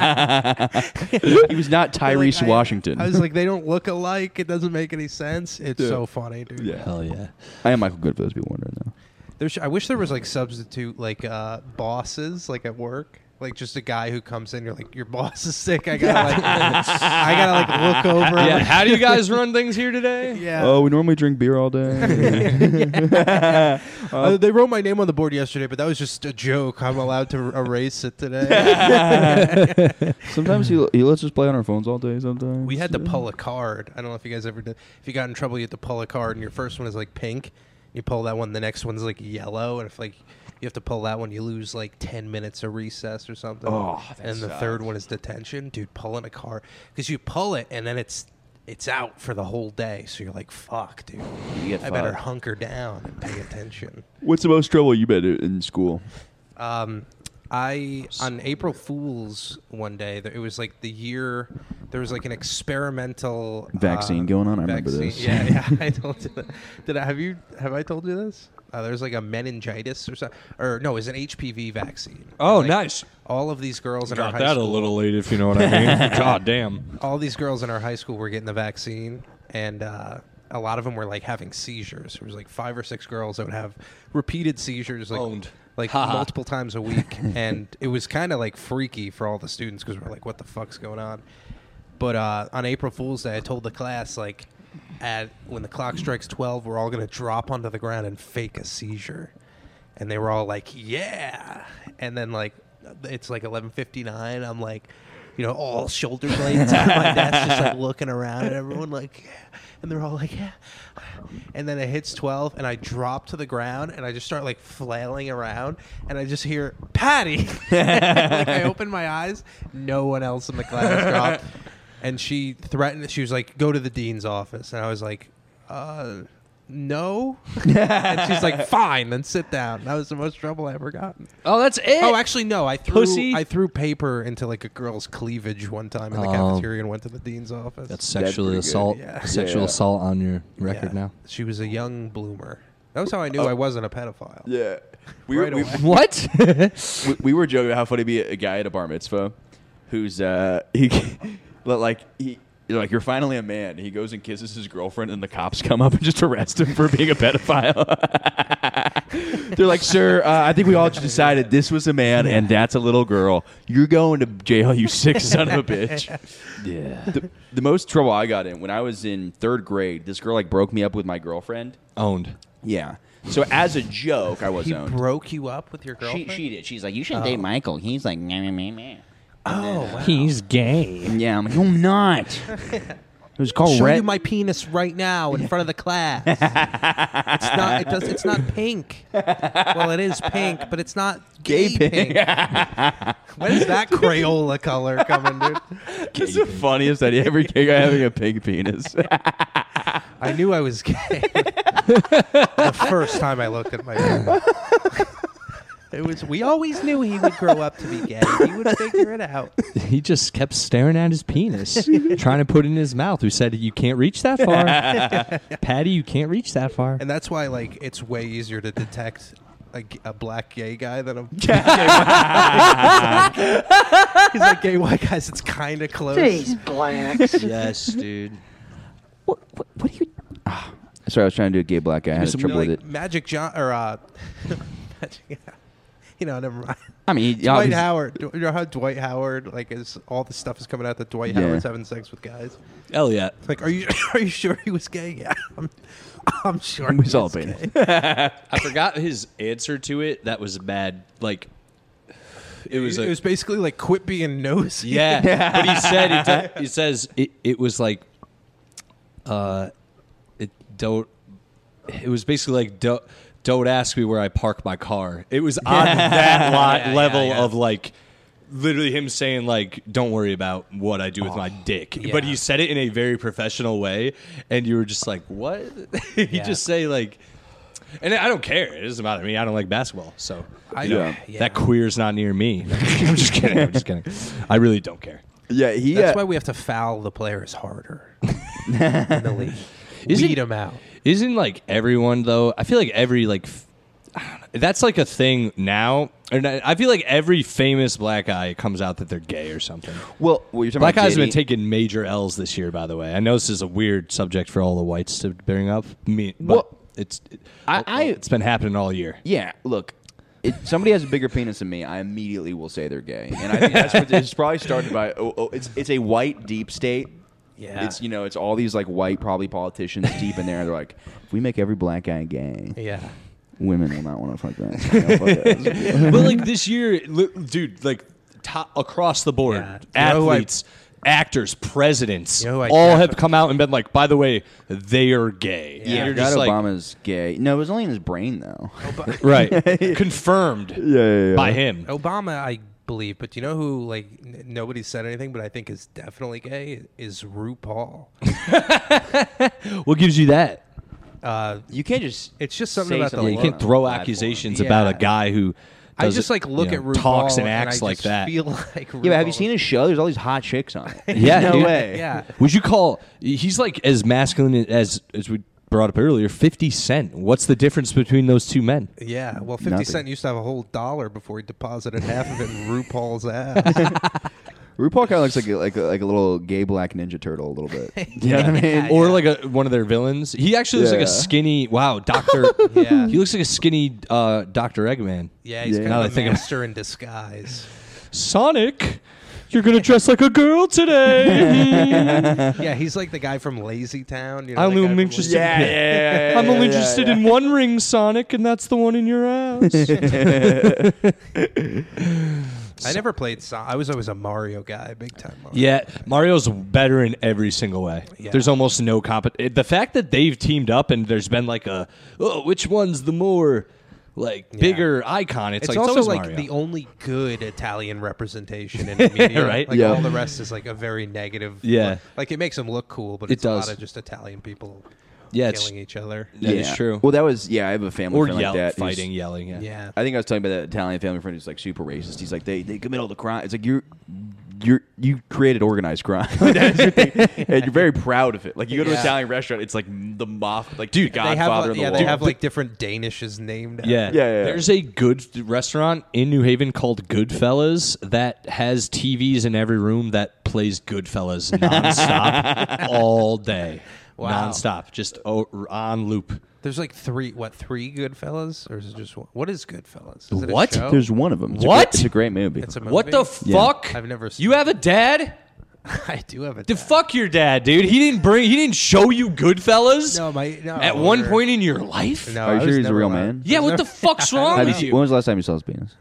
S3: he was not
S2: Like,
S3: Tyrese
S2: I-
S3: Washington.
S2: I was like, they don't look alike. It doesn't make any sense. It's so funny, dude.
S3: yeah.
S1: Hell yeah.
S3: I am Michael Good for those people wondering though.
S2: There's, I wish there was like substitute like uh, bosses like at work. Like just a guy who comes in, you're like, your boss is sick. I gotta like, I gotta like look over. him.
S1: Yeah, how do you guys run things here today?
S2: yeah.
S3: Oh, we normally drink beer all day.
S2: Uh, they wrote my name on the board yesterday, but that was just a joke. I'm allowed to er- erase it today.
S3: sometimes he, he lets us play on our phones all day. Sometimes
S2: We had to pull a card. I don't know if you guys ever did. If you got in trouble, you had to pull a card, and your first one is like pink. You pull that one, the next one's like yellow, and if like you have to pull that one, you lose like ten minutes of recess or something.
S3: Oh, that
S2: and the
S3: sucks.
S2: third one is detention, dude. Pulling a card because you pull it, and then it's it's out for the whole day. So you're like, fuck, dude. I better hunker down and pay attention.
S3: What's the most trouble you been in school?
S2: Um, I on April Fools one day. There, it was like the year there was like an experimental uh,
S3: Vaccine going on? I remember
S2: vaccine-
S3: this.
S2: Yeah, yeah. I told you that. Did I have you? Have I told you this? Uh, there's like a meningitis or something, or no, it was an HPV vaccine.
S1: Oh,
S2: Like,
S1: nice.
S2: All of these girls in our
S5: Got
S2: high
S5: that a
S2: school,
S5: little late, if you know what I mean. God damn.
S2: all these girls in our high school were getting the vaccine, and uh, a lot of them were like having seizures. There was like five or six girls that would have repeated seizures, like
S1: Owned.
S2: like multiple times a week, and it was kind of like freaky for all the students because we're like, what the fuck's going on? But uh, on April Fool's Day, I told the class like, at when the clock strikes twelve, we're all gonna drop onto the ground and fake a seizure, and they were all like, yeah, and then like it's like eleven fifty nine. I'm like, you know, all shoulder blades out of my desk, just like looking around at everyone like, yeah. and they're all like, yeah. And then it hits twelve, and I drop to the ground, and I just start like flailing around, and I just hear Patty. like I open my eyes, no one else in the class dropped. And she threatened. She was like, "Go to the dean's office." And I was like, "Uh, no." and she's like, "Fine, then sit down." That was the most trouble I ever got.
S1: Oh, that's it.
S2: Oh, actually, no. I threw
S1: Pussy.
S2: I threw paper into like a girl's cleavage one time in the
S1: Oh.
S2: cafeteria and went to the dean's office.
S1: That's sexual
S3: pretty good.
S1: assault.
S2: Yeah.
S1: Sexual
S3: Yeah.
S1: assault on your
S2: Yeah.
S1: record now. Oh.
S2: She was a young bloomer. That was how I knew I wasn't a pedophile.
S3: Yeah. We
S2: Right
S3: we,
S2: away.
S1: What?
S3: we, we were joking about how funny it'd be a guy at a bar mitzvah who's uh he but like he you're like you're finally a man. He goes and kisses his girlfriend, and the cops come up and just arrest him for being a pedophile. They're like, "Sir, uh, I think we all just decided this was a man and that's a little girl. You're going to jail, you sick son of a bitch."
S1: yeah.
S3: The, the most trouble I got in when I was in third grade, this girl like broke me up with my girlfriend.
S1: Owned.
S3: Yeah. So as a joke, I was
S2: He
S3: owned.
S2: broke you up with your
S6: She,
S2: girlfriend.
S6: she did. She's like, you should
S3: Oh.
S6: date Michael. He's like, meh, meh, meh, meh.
S2: oh, wow.
S6: He's gay. Yeah, I'm like, I'm not. It was called
S2: show
S6: red.
S2: you my penis right now in front of the class. it's not. It does. It's not pink. Well, it is pink, but it's not gay,
S3: Gay
S2: pink. when is that Crayola color coming, dude?
S3: It's the funniest idea. Every gay guy having a pig penis.
S2: I knew I was gay the first time I looked at my dad. It was. We always knew he would grow up to be gay. He would figure it out.
S1: He just kept staring at his penis, trying to put it in his mouth. We said, You can't reach that far. Patty, you can't reach that far.
S2: And that's why, like, it's way easier to detect a, g- a black gay guy than a He's like gay white guys. It's kind of close.
S4: These blacks.
S1: yes, dude.
S6: what, what, what are you?
S3: Ah, Sorry, I was trying to do a gay black guy. I had
S2: Some-
S3: trouble
S2: like,
S3: with it.
S2: Magic John or uh, Magic, you know, never mind.
S6: I mean, he-
S2: Dwight
S6: obviously-
S2: Howard. Dw- You know how Dwight Howard like is all the stuff is coming out that Dwight
S3: Yeah.
S2: Howard's having sex with guys.
S1: Hell yeah.
S2: It's like, are you are you sure he was gay? Yeah, I'm, I'm sure.
S3: I'm
S2: he was
S3: resolving.
S2: gay.
S1: I forgot his answer to it. That was bad. Like, it was
S2: It
S1: a.
S2: was basically like quit being nosy.
S1: Yeah, but he said it, he says it, it was like, uh, it don't. It was basically like don't don't ask me where I park my car. It was on that lot, level of like literally him saying like don't worry about what I do with my dick. But he said it in a very professional way, and you were just like what? he just say like. And I don't care. It doesn't bother me. I don't like basketball, so
S2: I-
S1: you know,
S3: Yeah.
S2: yeah.
S1: that queer's not near me. I'm just kidding. I'm just kidding. I really don't care.
S3: Yeah, he.
S2: That's
S3: uh,
S2: why we have to foul the players harder. in the league.
S1: Is it-
S2: Weed them out.
S1: Isn't like everyone though? I feel like every like f- I don't know. that's like a thing now. And I I feel like every famous black guy comes out that they're gay or something.
S3: Well, well you're talking
S1: Black
S3: about
S1: guys have been
S3: Diddy.
S1: taking major L's this year, by the way. I know this is a weird subject for all the whites to bring up. Me, but
S3: Well,
S1: it's it,
S3: I- I-
S1: it's been happening all year.
S3: Yeah, look, if somebody has a bigger penis than me, I immediately will say they're gay, and I think that's what it's probably started by. Oh, oh, it's it's a white deep state.
S2: Yeah.
S3: it's you know it's all these like white probably politicians deep in there. They're like, if we make every black guy gay,
S2: Yeah.
S3: women will not want to fuck that. You know, fuck that.
S1: but like this year, li- dude, like top, across the board,
S2: Yeah. You know who I-
S1: athletes, actors, presidents,
S2: You know who I
S1: all have
S2: defi-
S1: come out and been like, by the way, they are gay.
S2: Yeah.
S1: And
S3: God,
S1: you're just like,
S3: Obama's gay. No, it was only in his brain though.
S1: right, confirmed by him.
S2: Obama, I believe, but you know who? Like n- nobody said anything, but I think is definitely gay is RuPaul. Oh.
S1: What gives you that?
S2: Uh,
S3: You can't just.
S2: It's just something
S3: say
S2: about the
S1: Yeah,
S3: something
S1: you
S2: Well,
S1: can't throw
S3: platform.
S1: accusations
S2: Yeah.
S1: about a guy who.
S2: I
S1: does
S2: just
S1: it-
S2: like look
S1: you
S2: at
S1: know,
S2: RuPaul
S1: talks and
S2: I
S1: acts
S2: just
S1: like that.
S2: Feel like RuPaul.
S3: Yeah, but have you seen his show? There's all these hot chicks on it.
S1: Yeah,
S3: no
S1: dude.
S3: way.
S2: Yeah.
S1: Would you call? He's like as masculine as as we brought up earlier. Fifty Cent. What's the difference between those two men?
S2: Yeah, well, Fifty
S3: Nothing.
S2: Cent used to have a whole dollar before he deposited half of it in RuPaul's ass.
S3: RuPaul kind of looks like a, like a, like a little gay black ninja turtle a little bit. You know what I mean?
S1: Or like a, one of their villains. He actually looks like
S3: Yeah.
S1: a skinny. Wow, Doctor.
S2: Yeah.
S1: He looks like a skinny uh, Doctor Eggman.
S2: Yeah, he's
S3: Yeah.
S2: kind
S1: Now
S2: of
S1: that I
S2: a
S1: think of-
S2: master in disguise.
S1: Sonic, you're gonna dress like a girl today.
S2: Yeah, he's like the guy from Lazy Town. You know,
S1: I'm
S2: the guy
S1: only
S2: from
S1: interested.
S2: Lazy-
S1: in, I'm only interested in one ring, Sonic, and that's the one in your house.
S2: I never played. So- I was always a Mario guy, big time. Mario.
S1: Yeah, Mario's better in every single way.
S2: Yeah.
S1: There's almost no competition. The fact that they've teamed up and there's been like a oh, which one's the more like bigger icon? It's,
S2: It's,
S1: like it's
S2: also
S1: always
S2: like
S1: Mario.
S2: the only good Italian representation in the media.
S1: Right?
S2: Like
S3: Yeah.
S2: all the rest is like a very negative.
S1: Yeah.
S2: look. Like it makes them look cool, but
S1: It
S2: it's a
S1: does.
S2: lot of just Italian people
S1: yeah, it's,
S2: killing each other.
S1: that is true.
S3: Well, that was yeah. I have a family
S1: or
S3: friend
S1: yell,
S3: like that. who's-
S1: fighting, yelling. Yeah.
S2: Yeah.
S3: I think I was talking about that Italian family friend who's like super racist. He's like they they commit all the crime. It's like you you you created organized crime. That's your thing. and you're very proud of it. Like you go to an
S2: Yeah.
S3: Italian restaurant, it's like the moth, like dude,
S2: They have,
S3: Godfather
S2: like,
S3: of the
S2: yeah,
S3: wall.
S2: they have like different Danishes named.
S1: Yeah.
S2: after-
S3: Yeah, yeah, yeah.
S1: There's a good restaurant in New Haven called Goodfellas that has TVs in every room that plays Goodfellas nonstop all day.
S2: Wow.
S1: Nonstop, just o- on loop.
S2: There's like three, what, three Goodfellas? Or is it just one? What is Goodfellas? Is it a
S1: What?
S2: show?
S3: There's one of them. It's a
S1: What?
S3: great- it's a great movie.
S2: It's a movie.
S1: What the fuck?
S2: I've never
S1: You
S2: seen
S1: have a dad?
S2: I do have a.
S1: The
S2: dad.
S1: fuck your dad, dude. He didn't bring. He didn't show you Goodfellas.
S2: No, my no,
S1: At one
S2: or-
S1: point in your life.
S2: No,
S3: Are you
S2: I was
S3: sure he's a
S2: never
S3: real
S2: allowed-
S3: man?
S1: Yeah. What the fuck's wrong
S3: Have you
S1: with
S3: seen-
S1: you?
S3: when was the last time you saw his penis?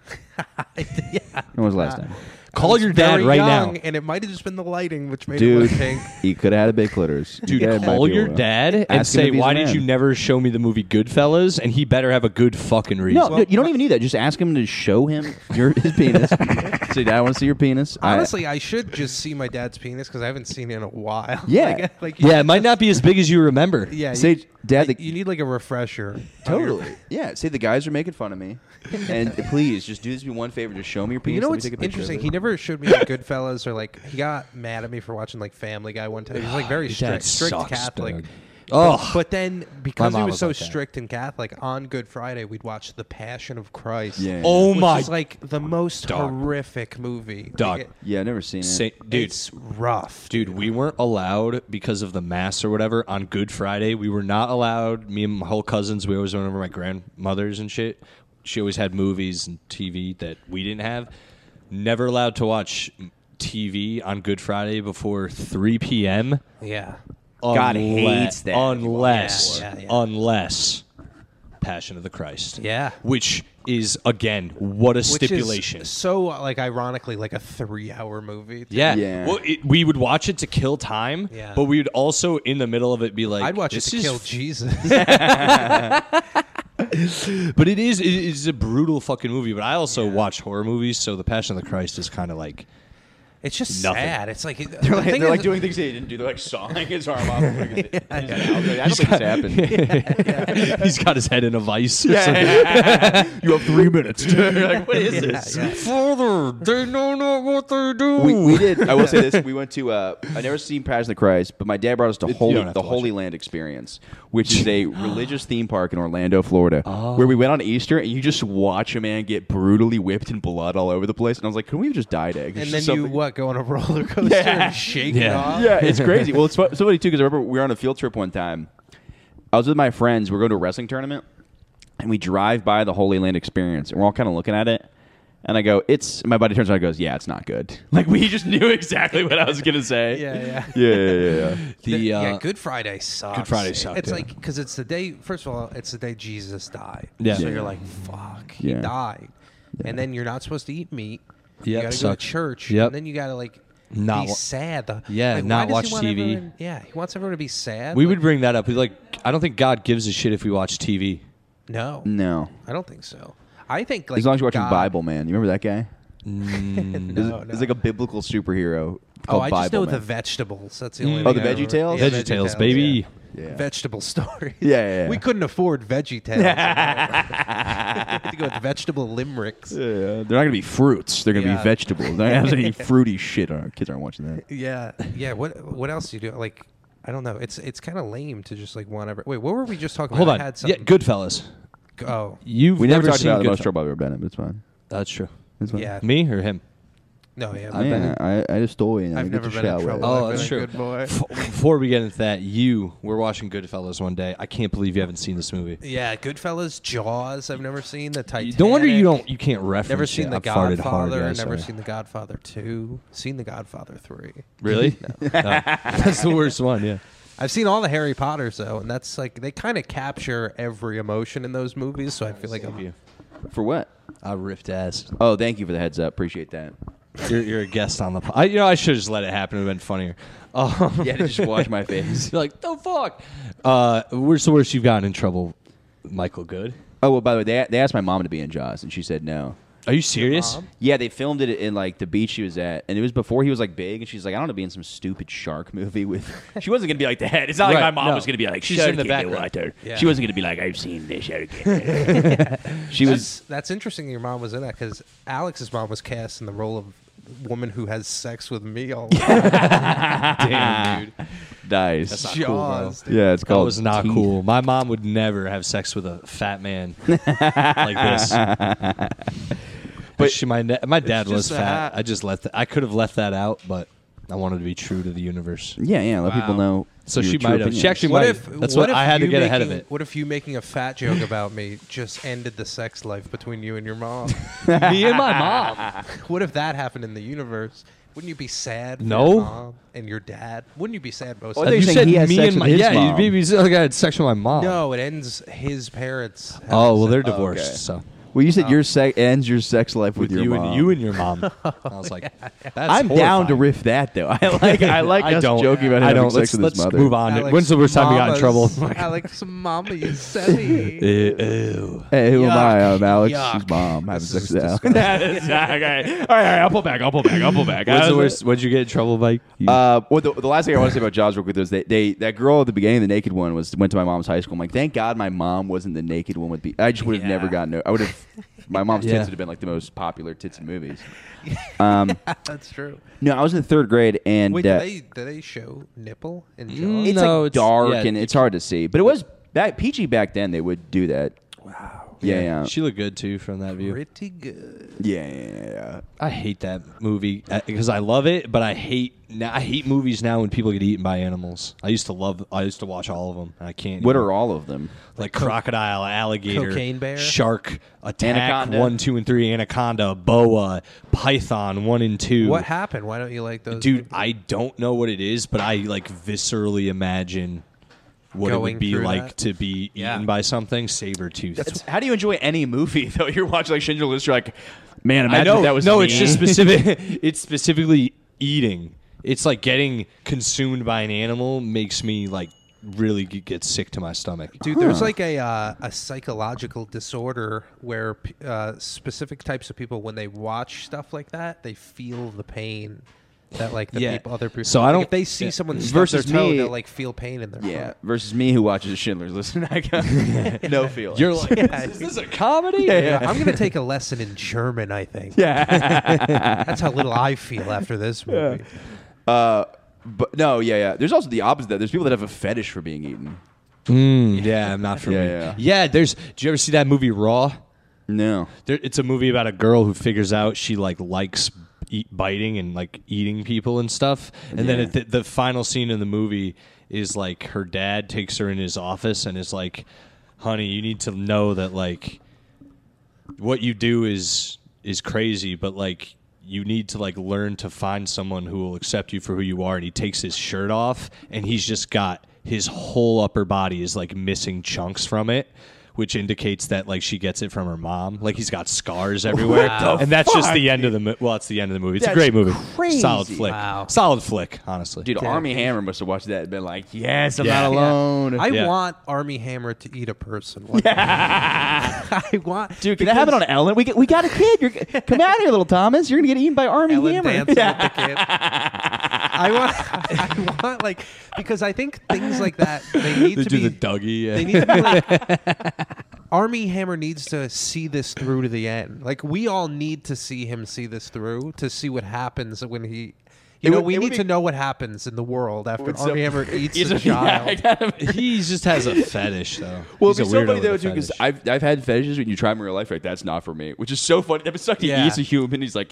S3: When was the last time?
S1: Call your dad
S2: Very
S1: right
S2: young,
S1: now,
S2: and it might have just been the lighting, which made it
S3: Dude,
S2: look pink.
S3: he could have had a big clitoris.
S1: dude.
S3: Yeah, it might
S1: call
S3: be a
S1: your
S3: little-
S1: dad
S3: Ask him
S1: and say,
S3: if he's a
S1: "Why did
S3: man."
S1: you never show me the movie Goodfellas?" And he better have a good fucking reason.
S3: No, no, you don't even need that. Just ask him to show him your his penis. say, Dad, I want to see your penis. I-
S2: Honestly, I should just see my dad's penis because I haven't seen it in a while.
S3: Yeah.
S2: like, like
S1: yeah, it might not be as big as you remember.
S2: yeah.
S3: Say,
S2: you,
S3: Dad,
S2: like,
S3: the-
S2: you need like a refresher. on your-
S3: Totally. Yeah. Say the guys are making fun of me, and please just do this me one favor. Just show me your penis.
S2: You know
S3: Let me
S2: what's
S3: take a picture of
S2: interesting?
S3: it.
S2: He never showed me like Goodfellas or like he got mad at me for watching like Family Guy one time. He was like very
S1: Your
S2: strict,
S1: dad
S2: strict
S1: sucks,
S2: Catholic.
S1: dude.
S2: But,
S1: Oh,
S2: but then because
S1: mom
S2: he was,
S1: was
S2: so
S1: like that.
S2: strict and Catholic, on Good Friday we'd watch The Passion of Christ.
S3: Yeah.
S1: oh
S2: which
S1: my
S2: is like the most
S1: Dog.
S2: horrific movie.
S1: Dog.
S2: Like, it-
S3: Yeah, I've never seen it.
S1: sa- dude.
S2: it's rough.
S1: Dude, we weren't allowed because of the mass or whatever on Good Friday. We were not allowed. Me and my whole cousins, we always went over to my grandmother's and shit. She always had movies and TV that we didn't have. Never allowed to watch TV on Good Friday before 3 p.m.
S2: Yeah.
S1: God
S3: hates that.
S1: Unless,
S2: Yeah, yeah, yeah.
S1: unless Passion of the Christ.
S2: Yeah.
S1: Which is, again, what a
S2: Which is
S1: stipulation.
S2: so like ironically like a three hour movie.
S1: Yeah.
S3: Yeah.
S1: Well, it, we would watch it to kill time,
S2: Yeah.
S1: but we would also, in the middle of it, be like,
S2: I'd watch it
S1: this
S2: to
S1: is
S2: kill
S1: f-
S2: Jesus.
S1: But it is, it is a brutal fucking movie. But I also watch horror movies, so The Passion of the Christ is kind of like,
S2: it's just
S1: Nothing.
S2: sad. It's like they're
S3: They're like, they're like doing things they didn't do. They're like sawing his arm off. and putting it- I don't think it's happened.
S1: he's got his head in a vice. or something.
S3: You have three minutes. You're like, what is this?
S1: Father, word. They know not what they do.
S3: We, we did. I will say this: we went to. Uh, I never seen Passion of the Christ, but my dad brought us to Holy,
S8: don't have
S3: the
S8: to watch
S3: Holy Land Experience, which is a religious theme park in Orlando, Florida, where we went on Easter and you just watch a man get brutally whipped and blood all over the place. And I was like, "Can we have just die today?" 'Cause
S2: And
S3: it's
S2: then
S3: just
S2: you
S3: something-
S2: what? Go on a roller coaster and shake it off.
S3: yeah, it's crazy. Well, it's fu- so funny too because I remember we were on a field trip one time. I was with my friends. We're going to a wrestling tournament, and we drive by the Holy Land Experience, and we're all kind of looking at it. And I go, "It's." My buddy turns around and goes, "Yeah, it's not good." Like we just knew exactly what I was gonna say.
S2: Yeah, yeah.
S3: yeah, yeah, yeah.
S1: the, uh,
S2: yeah, Good Friday sucks. Good
S8: Friday sucked,
S2: It's
S8: yeah.
S2: like because it's the day. First of all, it's the day Jesus died.
S1: Yeah.
S2: So
S1: Yeah.
S2: you're like, fuck, he
S3: Yeah.
S2: died, and then you're not supposed to eat meat.
S1: Yep,
S2: You gotta go to
S1: sucks.
S2: church.
S1: Yep.
S2: And then you gotta like
S1: Not
S2: be
S1: wa-
S2: sad.
S1: Yeah,
S2: Like, why
S1: not
S2: does he
S1: watch
S2: want
S1: TV.
S2: everyone- yeah, he wants everyone to be sad.
S1: We
S2: Like,
S1: would bring that up. We like, I don't think God gives a shit if we watch TV.
S2: no,
S3: No,
S2: I don't think so. I think like
S3: as long as you're watching
S2: God-
S3: Bible Man. You remember that guy?
S2: No,
S3: There's,
S2: no.
S3: there's like a biblical superhero.
S2: oh,
S3: Called
S2: I
S3: Bible
S2: just know
S3: Man.
S2: the vegetables. That's the only.
S3: Mm.
S2: thing
S3: Oh, the
S2: I remember.
S3: VeggieTales?
S2: Yeah,
S1: Veggie
S2: VeggieTales,
S1: VeggieTales, baby.
S2: yeah.
S3: Yeah.
S2: vegetable stories.
S3: Yeah, yeah, yeah.
S2: We couldn't afford veggie tales. we had to go with vegetable limericks.
S3: Yeah, yeah. They're not gonna be fruits. They're gonna
S2: Yeah.
S3: be vegetables. They're not gonna have any fruity shit. Our kids aren't watching that.
S2: Yeah, yeah. What what else do you do? Like, I don't know. It's it's kind of lame to just like want every. Wait, what were we just talking
S1: Hold
S2: about?
S1: on.
S2: I had
S1: Yeah,
S2: something-
S1: Goodfellas.
S2: Oh,
S1: You've
S3: We never,
S1: never
S3: talked
S1: seen
S3: about the most
S1: Goodfell-
S3: trouble I've ever been in. But it's fine.
S1: That's true.
S3: It's fine.
S2: yeah.
S1: Me or him?
S2: No, yeah.
S3: I, mean, uh, I, I just stole it. and I
S2: I've
S3: get
S2: never
S3: to
S2: been in
S3: shout
S2: trouble.
S3: with it.
S2: I've
S1: Oh,
S2: been
S1: that's
S2: a
S1: true.
S2: Good boy.
S1: F- Before we get into that, you were watching Goodfellas one day. I can't believe you haven't seen this movie.
S2: Yeah, Goodfellas, Jaws. I've never seen the Titanic.
S1: No wonder you don't. You can't reference.
S2: Never
S1: it.
S2: seen
S1: I
S2: The
S1: farted
S2: Godfather.
S1: hard, yeah,
S2: never
S1: sorry.
S2: seen The Godfather Two. Seen The Godfather Three.
S1: Really? No. That's the worst one. Yeah.
S2: I've seen all the Harry Potters though, and that's like they kind of capture every emotion in those movies. So I feel like I'm,
S3: For what?
S1: I ripped ass.
S3: Oh, thank you for the heads up. Appreciate that.
S1: You're, you're a guest on the. Po- I, you know, I should have just let it happen. It would have been funnier. Um,
S3: Yeah, just wash my face.
S1: you're like, the fuck. Uh, where's the worst you've gotten in trouble, Michael? Good.
S3: Oh well, by the way, they, they asked my mom to be in Jaws, and she said no.
S1: Are you serious?
S3: Yeah, they filmed it in like the beach he was at, and it was before he was like big. And she's like, I don't want to be in some stupid shark movie with. She wasn't gonna be like the head. It's not
S1: Right,
S3: like my mom
S1: no.
S3: was gonna be like.
S1: She's
S3: "Shark
S1: in the
S3: in
S1: background."
S3: water."
S2: Yeah.
S3: She wasn't gonna be like, I've seen this. shark in the water." she was.
S2: That's, that's interesting. That your mom was in that because Alex's mom was cast in the role of woman who has sex with me all the time.
S1: Damn, dude.
S3: Nice.
S1: That's not cool, bro.
S2: Jaws. dude.
S3: yeah, it's
S1: That
S3: called.
S1: was not
S3: teeth.
S1: cool. My mom would never have sex with a fat man like this. But she, my da- my dad
S2: It's
S1: was
S2: just a
S1: fat.
S2: hat.
S1: I just left. That, I could have left that out, but I wanted to be true to the universe.
S3: Yeah, yeah. Let people
S2: Wow.
S3: know.
S1: So
S3: your
S1: she
S3: true
S1: might have.
S3: opinions.
S1: She actually
S2: What
S1: might.
S2: if
S1: have. That's
S2: what,
S1: what,
S2: if
S1: I had to
S2: you
S1: get ahead of
S2: making-
S1: it.
S2: What if you making a fat joke about me just ended the sex life between you and your mom?
S1: Me and my mom.
S2: what if that happened in the universe? Wouldn't you be sad? For
S1: No.
S2: Your mom and your dad. Wouldn't you be sad most?
S3: Oh,
S2: of
S3: they-
S2: the
S3: you saying he had sex
S1: and
S3: with
S1: my
S3: his
S1: yeah.
S3: mom.
S1: You'd be, you like I had sex with my mom.
S2: No, it ends his parents. having
S1: Oh well,
S2: sex.
S1: they're divorced.
S3: okay.
S1: So
S3: Well, you said your sex ends your sex life with, your
S1: you
S3: mom.
S1: and you and your mom. I was like, that's
S3: I'm down to
S1: horrifying.
S3: riff that though. I like. I like
S1: I
S3: us
S1: don't,
S3: joking about
S1: I
S3: having
S1: don't. Let's,
S3: sex with
S1: let's
S3: his mother.
S1: move on.
S2: Alex
S1: When's the worst time you got in trouble?
S2: Mama's- Alex, mama, you silly.
S3: Hey, who am I? I'm Alex.
S2: Yuck.
S3: She's mom. Having
S2: This
S3: sex
S2: is
S3: with Alex.
S2: disgusting.
S9: okay. All right, all right. I'll pull back. I'll pull back. I'll pull back.
S1: What's
S9: I
S1: the
S9: was-
S1: worst? What'd you get in trouble, Mike? You-
S3: Uh, well, the, the last thing I want to say about Jaws real quick is they, they that girl at the beginning, the naked one, was went to my mom's high school. I'm like, thank God my mom wasn't the naked one with. Be- I just would have never gotten. No- I would have. My mom's
S1: Yeah.
S3: tits would have been like the most popular tits in movies. Um,
S2: That's true.
S3: no, I was in third grade and
S2: Wait,
S3: uh,
S2: do they do they show nipple
S1: Mm.
S2: and jaw?
S3: it's
S1: No,
S3: like
S1: it's-
S3: dark
S1: yeah,
S3: and it's hard to see. But it was back peachy back then. They would do that. Wow. Yeah, yeah,
S1: She looked good too from that view.
S2: Pretty good.
S3: yeah, yeah, yeah.
S1: I hate that movie because I love it, but I hate now. I hate movies now when people get eaten by animals. I used to love. I used to watch all of them, and I can't.
S3: What
S1: anymore.
S3: are all of them?
S1: like crocodile, alligator,
S2: Cocaine bear?
S1: shark, attack
S3: Anaconda.
S1: one, two, and three, anaconda, boa, python one and two.
S2: What happened? Why don't you like those?
S1: Dude, I don't know what it is, but I like viscerally imagine what it
S2: Going
S1: would be
S2: through
S1: like
S2: that?
S1: to be eaten
S2: Yeah.
S1: by something saber tooth.
S3: How do you enjoy any movie though? You're watching like Schindler's List. You're like, man,
S1: I
S3: imagine
S1: know
S3: if that was
S1: no.
S3: me.
S1: It's just specific. it's specifically eating. It's like getting consumed by an animal makes me like really g- get sick to my stomach.
S2: Dude, there's like a uh, a psychological disorder where p- uh, specific types of people, when they watch stuff like that, they feel the pain that like the
S1: Yeah.
S2: people, other people.
S1: So I
S2: like,
S1: don't-
S2: if they see
S1: yeah.
S2: someone stub
S3: Versus
S2: their toe,
S3: me-
S2: they'll like feel pain in their
S3: Yeah,
S2: heart.
S3: versus me who watches Schindler's List. and I got no feeling.
S1: You're like, is this a comedy?
S2: Yeah, I'm gonna take a lesson in German. I think. Yeah, that's how little I feel after this movie.
S3: uh, but no, yeah, yeah. There's also the opposite. of that. There's people that have a fetish for being eaten.
S1: Mm, yeah, I'm not for
S3: Yeah,
S1: me.
S3: yeah.
S1: there's. Do you ever see that movie Raw?
S3: No,
S1: There, it's a movie about a girl who figures out she like likes eat, biting and like eating people and stuff. And then
S3: Yeah.
S1: at the, the final scene in the movie is like her dad takes her in his office and is like, "Honey, you need to know that like what you do is is crazy, but like." You need to like learn to find someone who will accept you for who you are. And he takes his shirt off, and he's just got his whole upper body is like missing chunks from it, which indicates that like she gets it from her mom. Like he's got scars everywhere, and that's just the end of the. Mo- well, it's the end of the movie. It's a great movie, solid flick,
S2: Wow.
S1: solid flick. Honestly,
S3: dude. Army Hammer must have watched that and been like, "Yes, I'm
S1: Yeah.
S3: not alone."
S2: I
S1: Yeah.
S2: want Army Hammer to eat a person. one day. I want.
S6: Dude, can that happen on Ellen? We, got- we got a kid. You're, come out here, little Thomas. You're gonna get eaten by Army
S2: Ellen
S6: Hammer.
S2: dancing with the kid. I want, I want like because I think things like that they need
S1: they
S2: to
S1: do
S2: be.
S1: the Dougie.
S2: They need to be like, Army Hammer needs to see this through to the end. Like we all need to see him see this through to see what happens when he. You
S3: It
S2: know,
S3: would-
S2: we
S3: it would
S2: need to
S3: be-
S2: know what happens in the world after
S3: What's
S2: Army
S3: up?
S2: Hammer eats
S3: He's
S2: a
S3: a-
S2: child.
S1: he just has a fetish though.
S3: Well,
S1: He's a
S3: it'd be so
S1: weirdo
S3: funny
S1: with
S3: though,
S1: a
S3: too, because
S1: fetish.
S3: I've I've had fetishes when you try them in real life. Like that's not for me, which is so funny. That would suck. He
S2: Yeah.
S3: eats a human. He's like,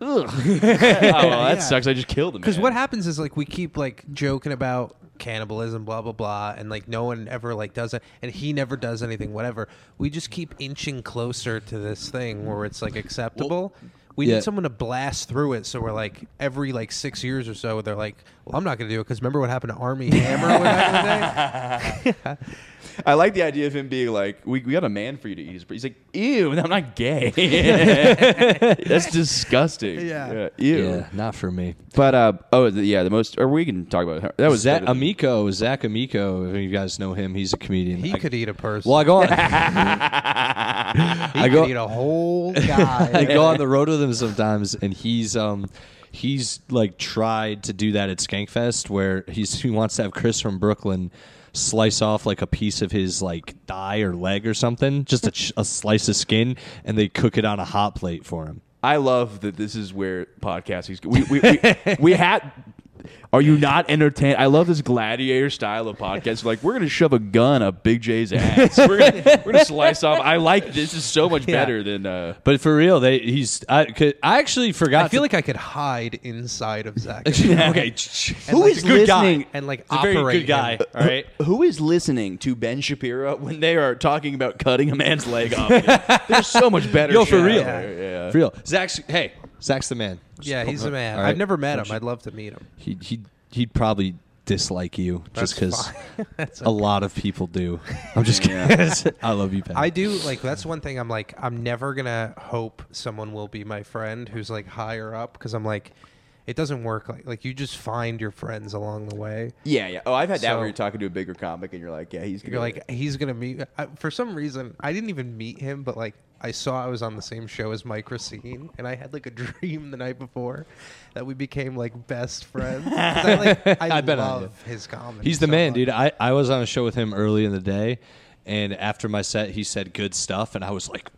S3: ugh. oh, well, that sucks. I just killed him.
S2: Because what happens is like we keep like joking about cannibalism, blah blah blah, and like no one ever like does it, and he never does anything, whatever. We just keep inching closer to this thing where it's like acceptable. we
S1: yeah.
S2: need someone to blast through it, so we're like every like six years or so, they're like, "Well, I'm not gonna do it because remember what happened to Army Hammer way back
S3: I like the idea of him being like, "We, we got a man for you to eat." his br-" He's like, "Ew, I'm not gay. That's disgusting."
S2: Yeah.
S3: ew.
S1: yeah, not for me.
S3: But uh, oh the- yeah, the most. Or we can talk about it. that was
S1: Zach
S3: better than-
S1: Amico, Zach Amico. If you guys know him, he's a comedian.
S2: in the day?" He
S1: I-
S2: could eat a person.
S1: well, I go on.
S2: he
S1: I
S2: could
S1: go-
S2: eat a whole
S1: I
S2: guy.
S1: go on the road with him sometimes, and he's um he's like tried to do that at Skankfest where he's he wants to have Chris from Brooklyn slice off like a piece of his like thigh or leg or something, just a, ch- a slice of skin, and they cook it on a hot plate for him.
S3: I love that this is where podcasting's we we we, we had. Are you not entertained? I love this gladiator style of podcast. Like we're gonna shove a gun up Big J's ass. We're gonna, we're gonna slice off. I like this is so much better than. Uh,
S1: But for real, they he's I could, I actually forgot.
S2: I feel
S1: to-
S2: like I could hide inside of Zach.
S1: okay,
S2: And,
S1: who
S2: like,
S1: is good
S6: listening
S1: guy
S2: and like
S1: He's a very
S2: operate
S1: good guy.
S2: him.
S1: All right.
S3: Who is listening to Ben Shapiro when they are talking about cutting a man's leg off? There's so much better.
S1: Yo, for
S3: shit out
S1: real.
S3: there, Yeah.
S1: For real. Zach's hey, Zach's the man.
S2: Yeah, he's the man.
S1: All right.
S2: I've never met him. I'd love to meet him.
S1: He he he'd probably dislike you just because a lot of people do. I'm just kidding. I love you, Pat.
S2: I do like that's one thing I'm like I'm never gonna hope someone will be my friend who's like higher up because I'm like it doesn't work like like you just find your friends along the way.
S3: Yeah, yeah. Oh, I've had that
S2: So-
S3: where you're talking to a bigger comic and you're like, yeah, he's gonna
S2: You're
S3: be-
S2: like he's gonna meet I, for some reason I didn't even meet him but like I saw I was on the same show as Mike Racine and I had like a dream the night before that we became like best friends. 'Cause I, like, I,
S1: I bet on
S2: love his comedy.
S1: He's the
S2: so
S1: man,
S2: much.
S1: dude. I, I was on a show with him early in the day, and after my set, he said good stuff, and I was like,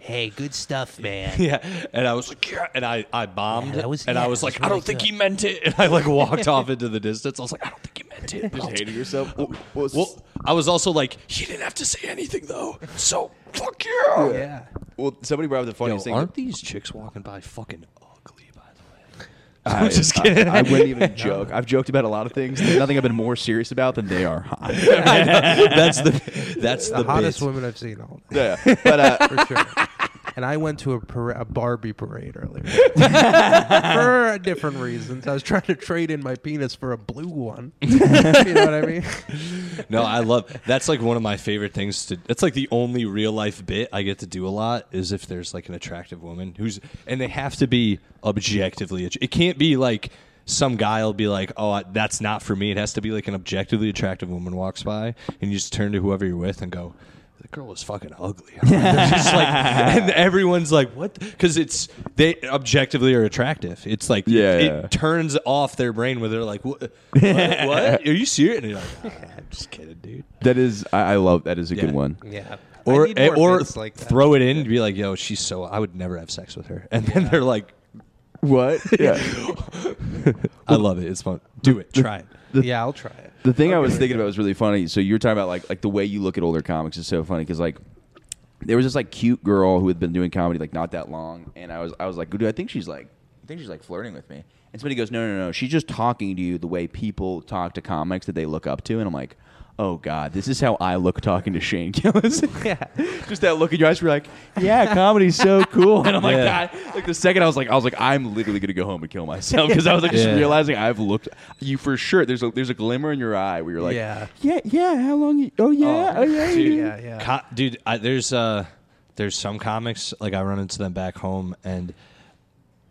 S10: Hey, good stuff, man.
S1: yeah, and I was like, yeah, and I I bombed,
S10: Yeah, that was-
S1: and
S10: yeah,
S1: I was
S10: that
S1: like,
S10: was
S1: I
S10: really
S1: don't think
S10: good.
S1: he meant it, and I like walked off into the distance. I was like, I don't think he meant it.
S3: just hating yourself. Well, well, s-
S1: Well, I was also like, he didn't have to say anything though, so fuck you.
S2: Yeah.
S3: well, somebody brought up the
S1: Yo,
S3: funniest thing.
S1: aren't these chicks walking by fucking ugly? By the way,
S3: I'm just kidding. I, wouldn't even joke. I've joked about a lot of things. There's nothing I've been more serious about than they are hot.
S1: that's the that's
S2: The,
S1: the,
S2: hottest
S1: bit.
S2: women I've seen all day.
S3: Yeah, but uh,
S2: for sure. And I went to a, par- a Barbie parade earlier for different reasons. I was trying to trade in my penis for a blue one. you know what I mean?
S1: No, I love that's like one of my favorite things to. That's like the only real life bit I get to do a lot is if there's like an attractive woman who's and they have to be objectively. att- It can't be like some guy will be like, "Oh, I- that's not for me." It has to be like an objectively attractive woman walks by and you just turn to whoever you're with and go. like, girl was fucking ugly. They're just like, and everyone's like, what? Because it's they objectively are attractive. It's like
S3: Yeah,
S1: it,
S3: yeah.
S1: turns off their brain where they're like, what? what? what? Are you serious? And you're like, "Ah, I'm just kidding, dude.
S3: That is, I, I love. That is a
S1: Yeah.
S3: good one.
S2: Yeah. I
S1: Or eh,
S2: need more
S1: or
S2: bits like that.
S1: throw it in and be like, yo, she's so. I would never have sex with her. And then they're like,
S3: What? Yeah.
S1: I love it. It's fun. Do it. Try it.
S2: Yeah, I'll try it.
S3: The thing I was thinking about was really funny. So you were talking about like like the way you look at older comics is so funny because like there was this like cute girl who had been doing comedy like not that long, and I was I was like, dude, I think she's like I think she's like flirting with me. And somebody goes, no, no, no, she's just talking to you the way people talk to comics that they look up to, and I'm like. Oh God! This is how I look talking to Shane Gillis. yeah, just that look in your eyes. You're like, yeah, comedy's so cool. And I'm like,
S1: Yeah.
S3: God. Like the second I was like, I was like, I'm literally gonna go home and kill myself because I was like, just
S1: Yeah.
S3: realizing I've looked you for sure. There's a there's a glimmer in your eye where you're like,
S2: yeah.
S3: yeah, yeah, how long? You, oh yeah, oh, yeah.
S1: dude,
S2: Yeah, yeah.
S1: co- dude I, there's uh there's some comics like i run into them back home and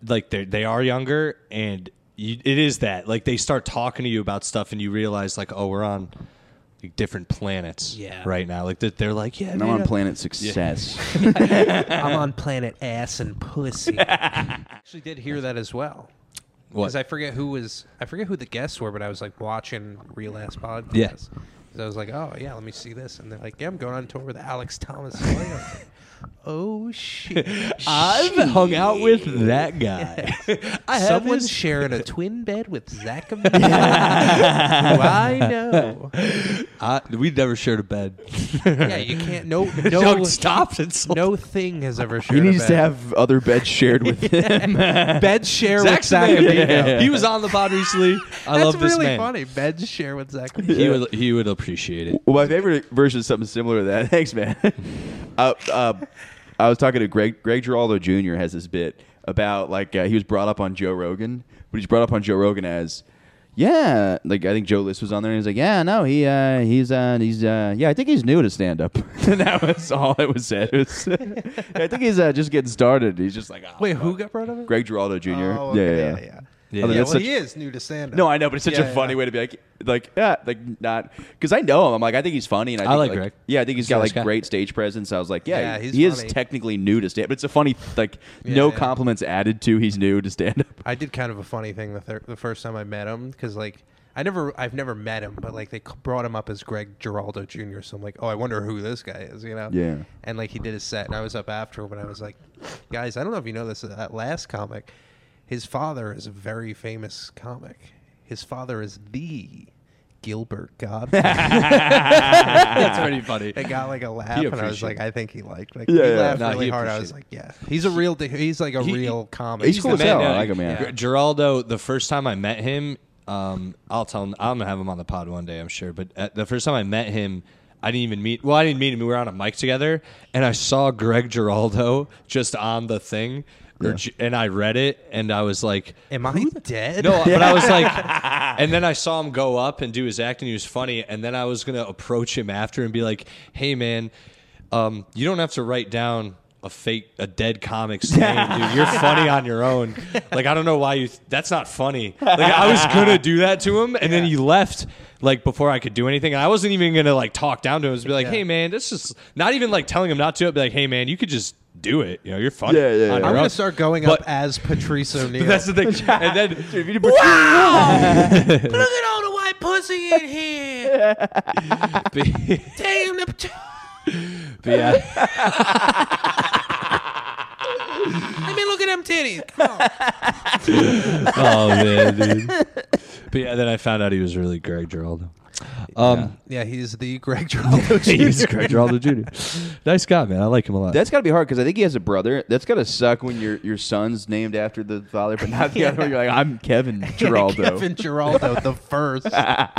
S1: like they they are younger and you, it is that like they start talking to you about stuff and you realize like oh we're on like, different planets
S7: Yeah.
S1: right now like they're, they're like yeah
S3: And I'm
S1: dude,
S3: on
S1: I-
S3: planet success.
S7: I'm on planet ass and pussy.
S2: actually did hear that as well.
S1: what?
S2: Because I forget who was, I forget who the guests were, but I was like watching Real Ass Pod.
S1: Yeah.
S2: So I was like, oh yeah, let me see this, and they're like, yeah, I'm going on tour with Alex Thomas. Soil." I'm like, oh shit!
S1: i've hung out with that guy i have
S2: Someone's
S1: his,
S2: sharing a twin bed with Zach. Amelia, who I know.
S1: I, we never shared a bed
S2: Yeah, you can't. No, no,
S1: Doug stopped and sold
S2: no thing has ever shared.
S3: he
S2: a
S3: needs
S2: bed.
S3: to have other beds shared with him.
S2: bed share with
S1: Zach's
S2: Zach.
S1: the man.
S2: Amelia.
S1: He was on the pod recently. I
S2: That's
S1: love this
S2: really
S1: man.
S2: funny. Bed share with Zach. Amelia.
S1: He would he would appreciate it.
S3: Well, my favorite version is something similar to that. Thanks, man. uh, uh, I was talking to Greg. Greg Giraldo Jr. has this bit about like uh, he was brought up on Joe Rogan, but he's brought up on Joe Rogan as. Yeah, like I think Joe List was on there, and he's like, "Yeah, no, he, uh, he's, uh, he's, uh, yeah, I think he's new to stand up." and that was all that was said. It was- I think he's uh, just getting started. He's just like, oh,
S2: Wait, who got brought up? in?
S3: Greg Giraldo Jr.
S2: Oh,
S3: Yeah, yeah,
S2: okay,
S3: yeah,
S1: Yeah.
S3: I mean,
S2: Yeah,
S3: that's
S2: well,
S3: such-
S2: he is new to stand up.
S3: No, I know, but it's such
S2: Yeah,
S3: a funny
S2: yeah.
S3: way to be like, like, yeah, like not because I know him. I'm like, I think he's funny, and I,
S1: I
S3: think,
S1: like Greg.
S3: Yeah, I think he's
S1: He's a
S3: got
S1: nice
S3: like
S1: guy.
S3: great stage presence. I was like, yeah,
S2: Yeah, he's
S3: he
S2: funny.
S3: is technically new to stand, but it's a funny like
S2: Yeah,
S3: no
S2: yeah.
S3: compliments added to he's new to stand up.
S2: I did kind of a funny thing the, thir- the first time I met him because like I never I've never met him, but like they c- brought him up as Greg Giraldo Jr. So I'm like, oh, I wonder who this guy is, you know?
S3: Yeah.
S2: And like he did his set, and I was up after him, and I was like, guys, I don't know if you know this, uh, that last comic, his father is a very famous comic. His father is the Gilbert Godfrey.
S1: That's pretty funny.
S2: I got like a laugh, and I was
S1: appreciate
S2: like, I think he liked. Like,
S3: Yeah,
S2: he
S3: yeah.
S2: laughed
S1: No,
S2: really
S1: he
S2: hard. I was like,
S1: appreciate
S2: yeah, he's a real. di- he's like a
S1: He-
S2: real
S1: he-
S2: comic.
S3: he's cool
S1: the
S3: as hell.
S1: man.
S3: I like him, yeah.
S1: Gr- Geraldo, the first time I met him, um, I'll tell him, I'm going to have him on the pod one day, I'm sure. But uh the first time I met him, I didn't even meet. Well, I didn't meet him. We were on a mic together, and I saw Greg Geraldo just on the thing, or, G- and I read it, and I was like,
S2: Am I dead?
S1: no, but I was like, and then I saw him go up and do his act, and he was funny. And then I was gonna approach him after and be like, "Hey, man, um, you don't have to write down a fake, a dead comic's name, dude. You're funny on your own. Like, I don't know why you. Th- that's not funny. Like, I was gonna do that to him, and then he left. Like before I could do anything, and I wasn't even gonna like talk down to him. Just be like, "Hey, man, this is not even like telling him not to. I'd Be like, "Hey, man, you could just." Do it, you know. You're funny.
S3: Yeah, yeah, yeah.
S1: on your
S2: I'm
S1: own."
S2: gonna start going
S1: But-
S2: up as Patrice O'Neill.
S1: That's the thing. And then
S7: Look at all the white pussy in here. Damn the.
S1: But yeah.
S7: I mean, look at them titties. Come on.
S1: oh man, dude. But yeah, then I found out he was really Greg Giraldo. Um,
S2: yeah, he's the Greg Giraldo.
S1: he's Greg Giraldo Jr. Nice guy, man. I like him a lot.
S3: That's got to be hard because I think he has a brother. That's got to suck when your your son's named after the father, but not the other. one. You're like, I'm Kevin Giraldo.
S2: Kevin Giraldo the first.
S3: I'd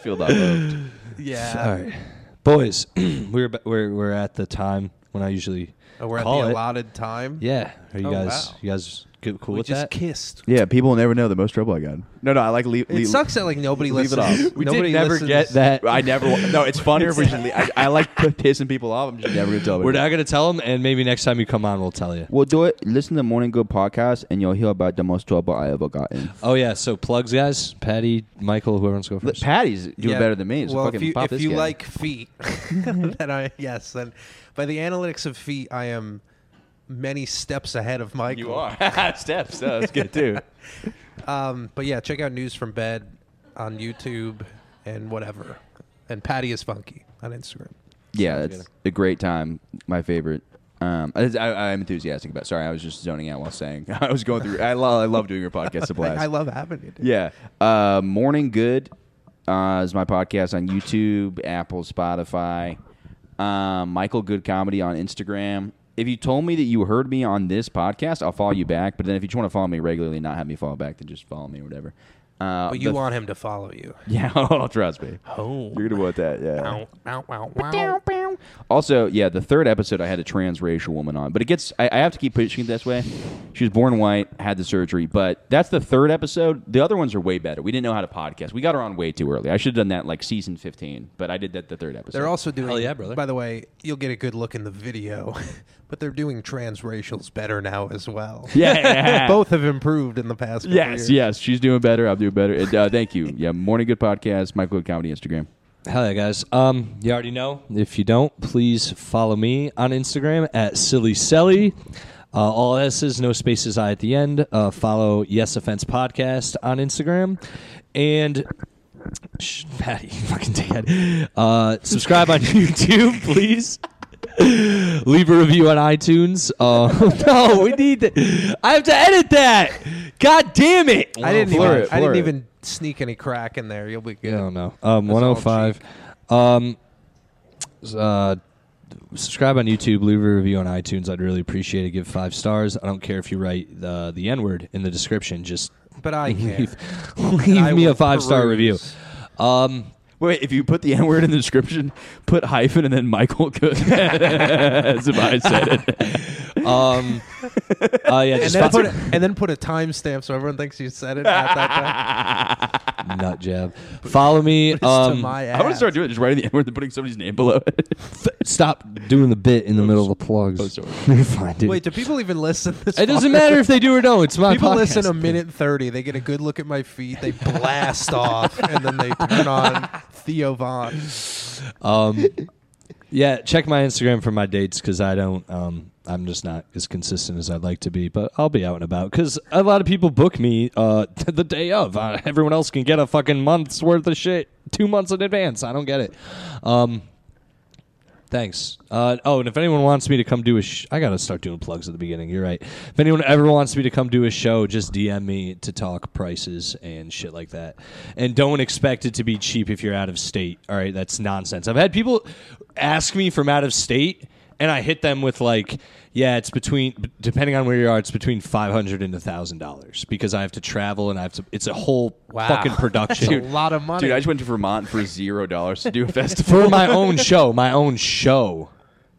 S3: feel that. Loved.
S2: Yeah.
S1: All right, boys, we're ba- we're we're at the time when I usually
S2: Oh, we're at
S1: call
S2: the
S1: it.
S2: allotted time.
S1: Yeah, are you
S2: Oh,
S1: guys
S2: wow.
S1: you guys good, cool
S2: We
S1: with
S2: just
S1: that?
S2: kissed.
S3: Yeah, people will never know the most trouble I got. No, no, I like leave.
S2: It sucks that like nobody
S3: leave it
S2: listens.
S3: off.
S2: We nobody
S1: never
S2: listens.
S1: get that.
S3: I never. wa- No, it's funnier if we just. leave- I, I like p- pissing people off. I'm just never gonna tell.
S1: We're
S3: people.
S1: not gonna tell them, and maybe next time you come on, we'll tell you.
S3: We'll do it. Listen to Morning Good podcast, and you'll hear about the most trouble I ever gotten.
S1: Oh yeah, so plugs, guys. Patty, Michael, whoever wants to go first.
S3: Patty's doing
S2: Yeah.
S3: better than me. So
S2: well,
S3: fucking
S2: if you,
S3: pop
S2: if
S3: this
S2: you
S3: guy.
S2: like feet, then I yes, then by the analytics of feet, I am many steps ahead of Michael.
S11: You are steps. uh, That's good too.
S2: Um, but yeah, check out News from Bed on YouTube and whatever, and Patty is funky on Instagram.
S3: Yeah, it's a great time. My favorite. Um, I, I, I'm enthusiastic about. Sorry, I was just zoning out while saying. I was going through. I love. I love doing your podcast. It's a blast.
S2: I, I love having you. Dude.
S3: Yeah. Uh, Morning Good uh, is my podcast on YouTube, Apple, Spotify. Um, Michael Good Comedy on Instagram. If you told me that you heard me on this podcast, I'll follow you back. But then if you just want to follow me regularly and not have me follow back, then just follow me or whatever. Uh,
S2: But you
S3: the-
S2: want him to follow you.
S3: Yeah, oh, trust me.
S2: Oh.
S3: You're going to want that, yeah.
S2: Ow, ow, ow, wow.
S3: Also, yeah, the third episode I had a transracial woman on, but it gets I, I have to keep pushing it this way. She was born white, had the surgery, but that's the third episode. The other ones are way better. We didn't know how to podcast. We got her on way too early. I should have done that like season fifteen, but I did that the third episode.
S2: They're also doing.
S1: Hell yeah, brother.
S2: By the way, you'll get a good look in the video, but they're doing transracials better now as well.
S3: yeah, yeah.
S2: Both have improved in the past. couple
S3: Yes,
S2: years.
S3: yes. She's doing better. I'm doing better. And, uh, thank you. Yeah, morning good podcast. Michael Good comedy Instagram.
S1: Hell yeah, guys. Um, you already know. If you don't, please follow me on Instagram at Silly Selly. Uh, all S's, no spaces I at the end. Uh, follow Yes Offense Podcast on Instagram. And Shh, Patty, you fucking dad. Uh, subscribe on YouTube, please. Leave a review on iTunes. Uh, no, we need that. I have to edit that. God damn it.
S2: I didn't
S3: Blur
S2: even.
S3: it,
S2: I
S3: blur
S2: didn't
S3: it.
S2: even sneak any crack in there. You'll be good.
S1: I don't know. Um,
S2: That's all
S1: 105. Um, s- uh, subscribe on YouTube, leave a review on iTunes. I'd really appreciate it. Give five stars. I don't care if you write the, the N word in the description. Just
S2: But I care.
S1: leave, leave
S2: I
S1: me a
S2: will
S1: five star review.
S2: peruse.
S1: Um,
S3: Wait, if you put the N word in the description, put hyphen and then Michael Good. That's if I said it.
S1: um, uh, yeah,
S2: And
S1: just
S2: then,
S1: five-
S2: put a, and then put a timestamp so everyone thinks you said it at that time.
S1: nut jab. Follow me.
S2: It's to
S1: Um,
S2: my
S3: I want to
S2: ass.
S3: start doing it. Just writing the N word and putting somebody's name below it.
S1: stop doing the bit in the middle of the plugs.
S3: sorry.
S1: You're fine, dude.
S2: Wait, do people even listen? This
S1: it doesn't
S2: far?
S1: matter if they do or don't. It's my
S2: People
S1: podcast.
S2: listen a minute and thirty. They get a good look at my feet. They blast off, and then they turn on Theo Vaughn.
S1: Um, yeah, check my Instagram for my dates because I don't. Um, I'm just not as consistent as I'd like to be, but I'll be out and about because a lot of people book me uh, the day of. Uh, everyone else can get a fucking month's worth of shit two months in advance. I don't get it. Um, thanks. Uh, oh, and if anyone wants me to come do a, sh- I gotta start doing plugs at the beginning. You're right. If anyone ever wants me to come do a show, just DM me to talk prices and shit like that. And don't expect it to be cheap if you're out of state. All right, that's nonsense. I've had people ask me from out of state, and I hit them with like, yeah, it's between depending on where you are, it's between five hundred and thousand dollars because I have to travel and I have to. It's a whole fucking production.
S2: a lot of money.
S3: Dude, I just went to Vermont for zero dollars to do a festival.
S1: for my own show, my own show.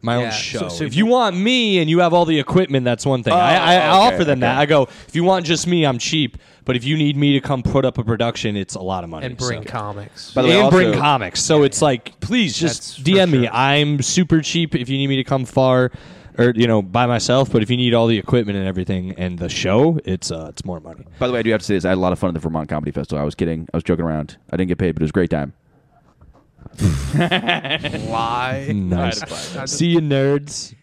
S1: My
S2: Yeah,
S1: own show.
S2: so- so
S1: if Oh, you want me and you have all the equipment, that's one thing. I, I, I
S3: okay,
S1: offer them that.
S3: okay.
S1: I go, if you want just me, I'm cheap. But if you need me to come put up a production, it's a lot of money.
S2: and bring
S1: so.
S2: comics.
S3: By the way,
S1: and
S3: also-
S1: bring comics. So it's like, please
S2: That's
S1: just
S2: for
S1: DM me.
S2: sure.
S1: I'm super cheap if you need me to come far or, you know, by myself. But if you need all the equipment and everything and the show, it's uh, it's more money.
S3: By the way, I do have to say this. I had a lot of fun at the Vermont Comedy Festival. I was kidding. I was joking around. I didn't get paid, but it was a great time.
S2: Why?
S1: Nice. See you, nerds.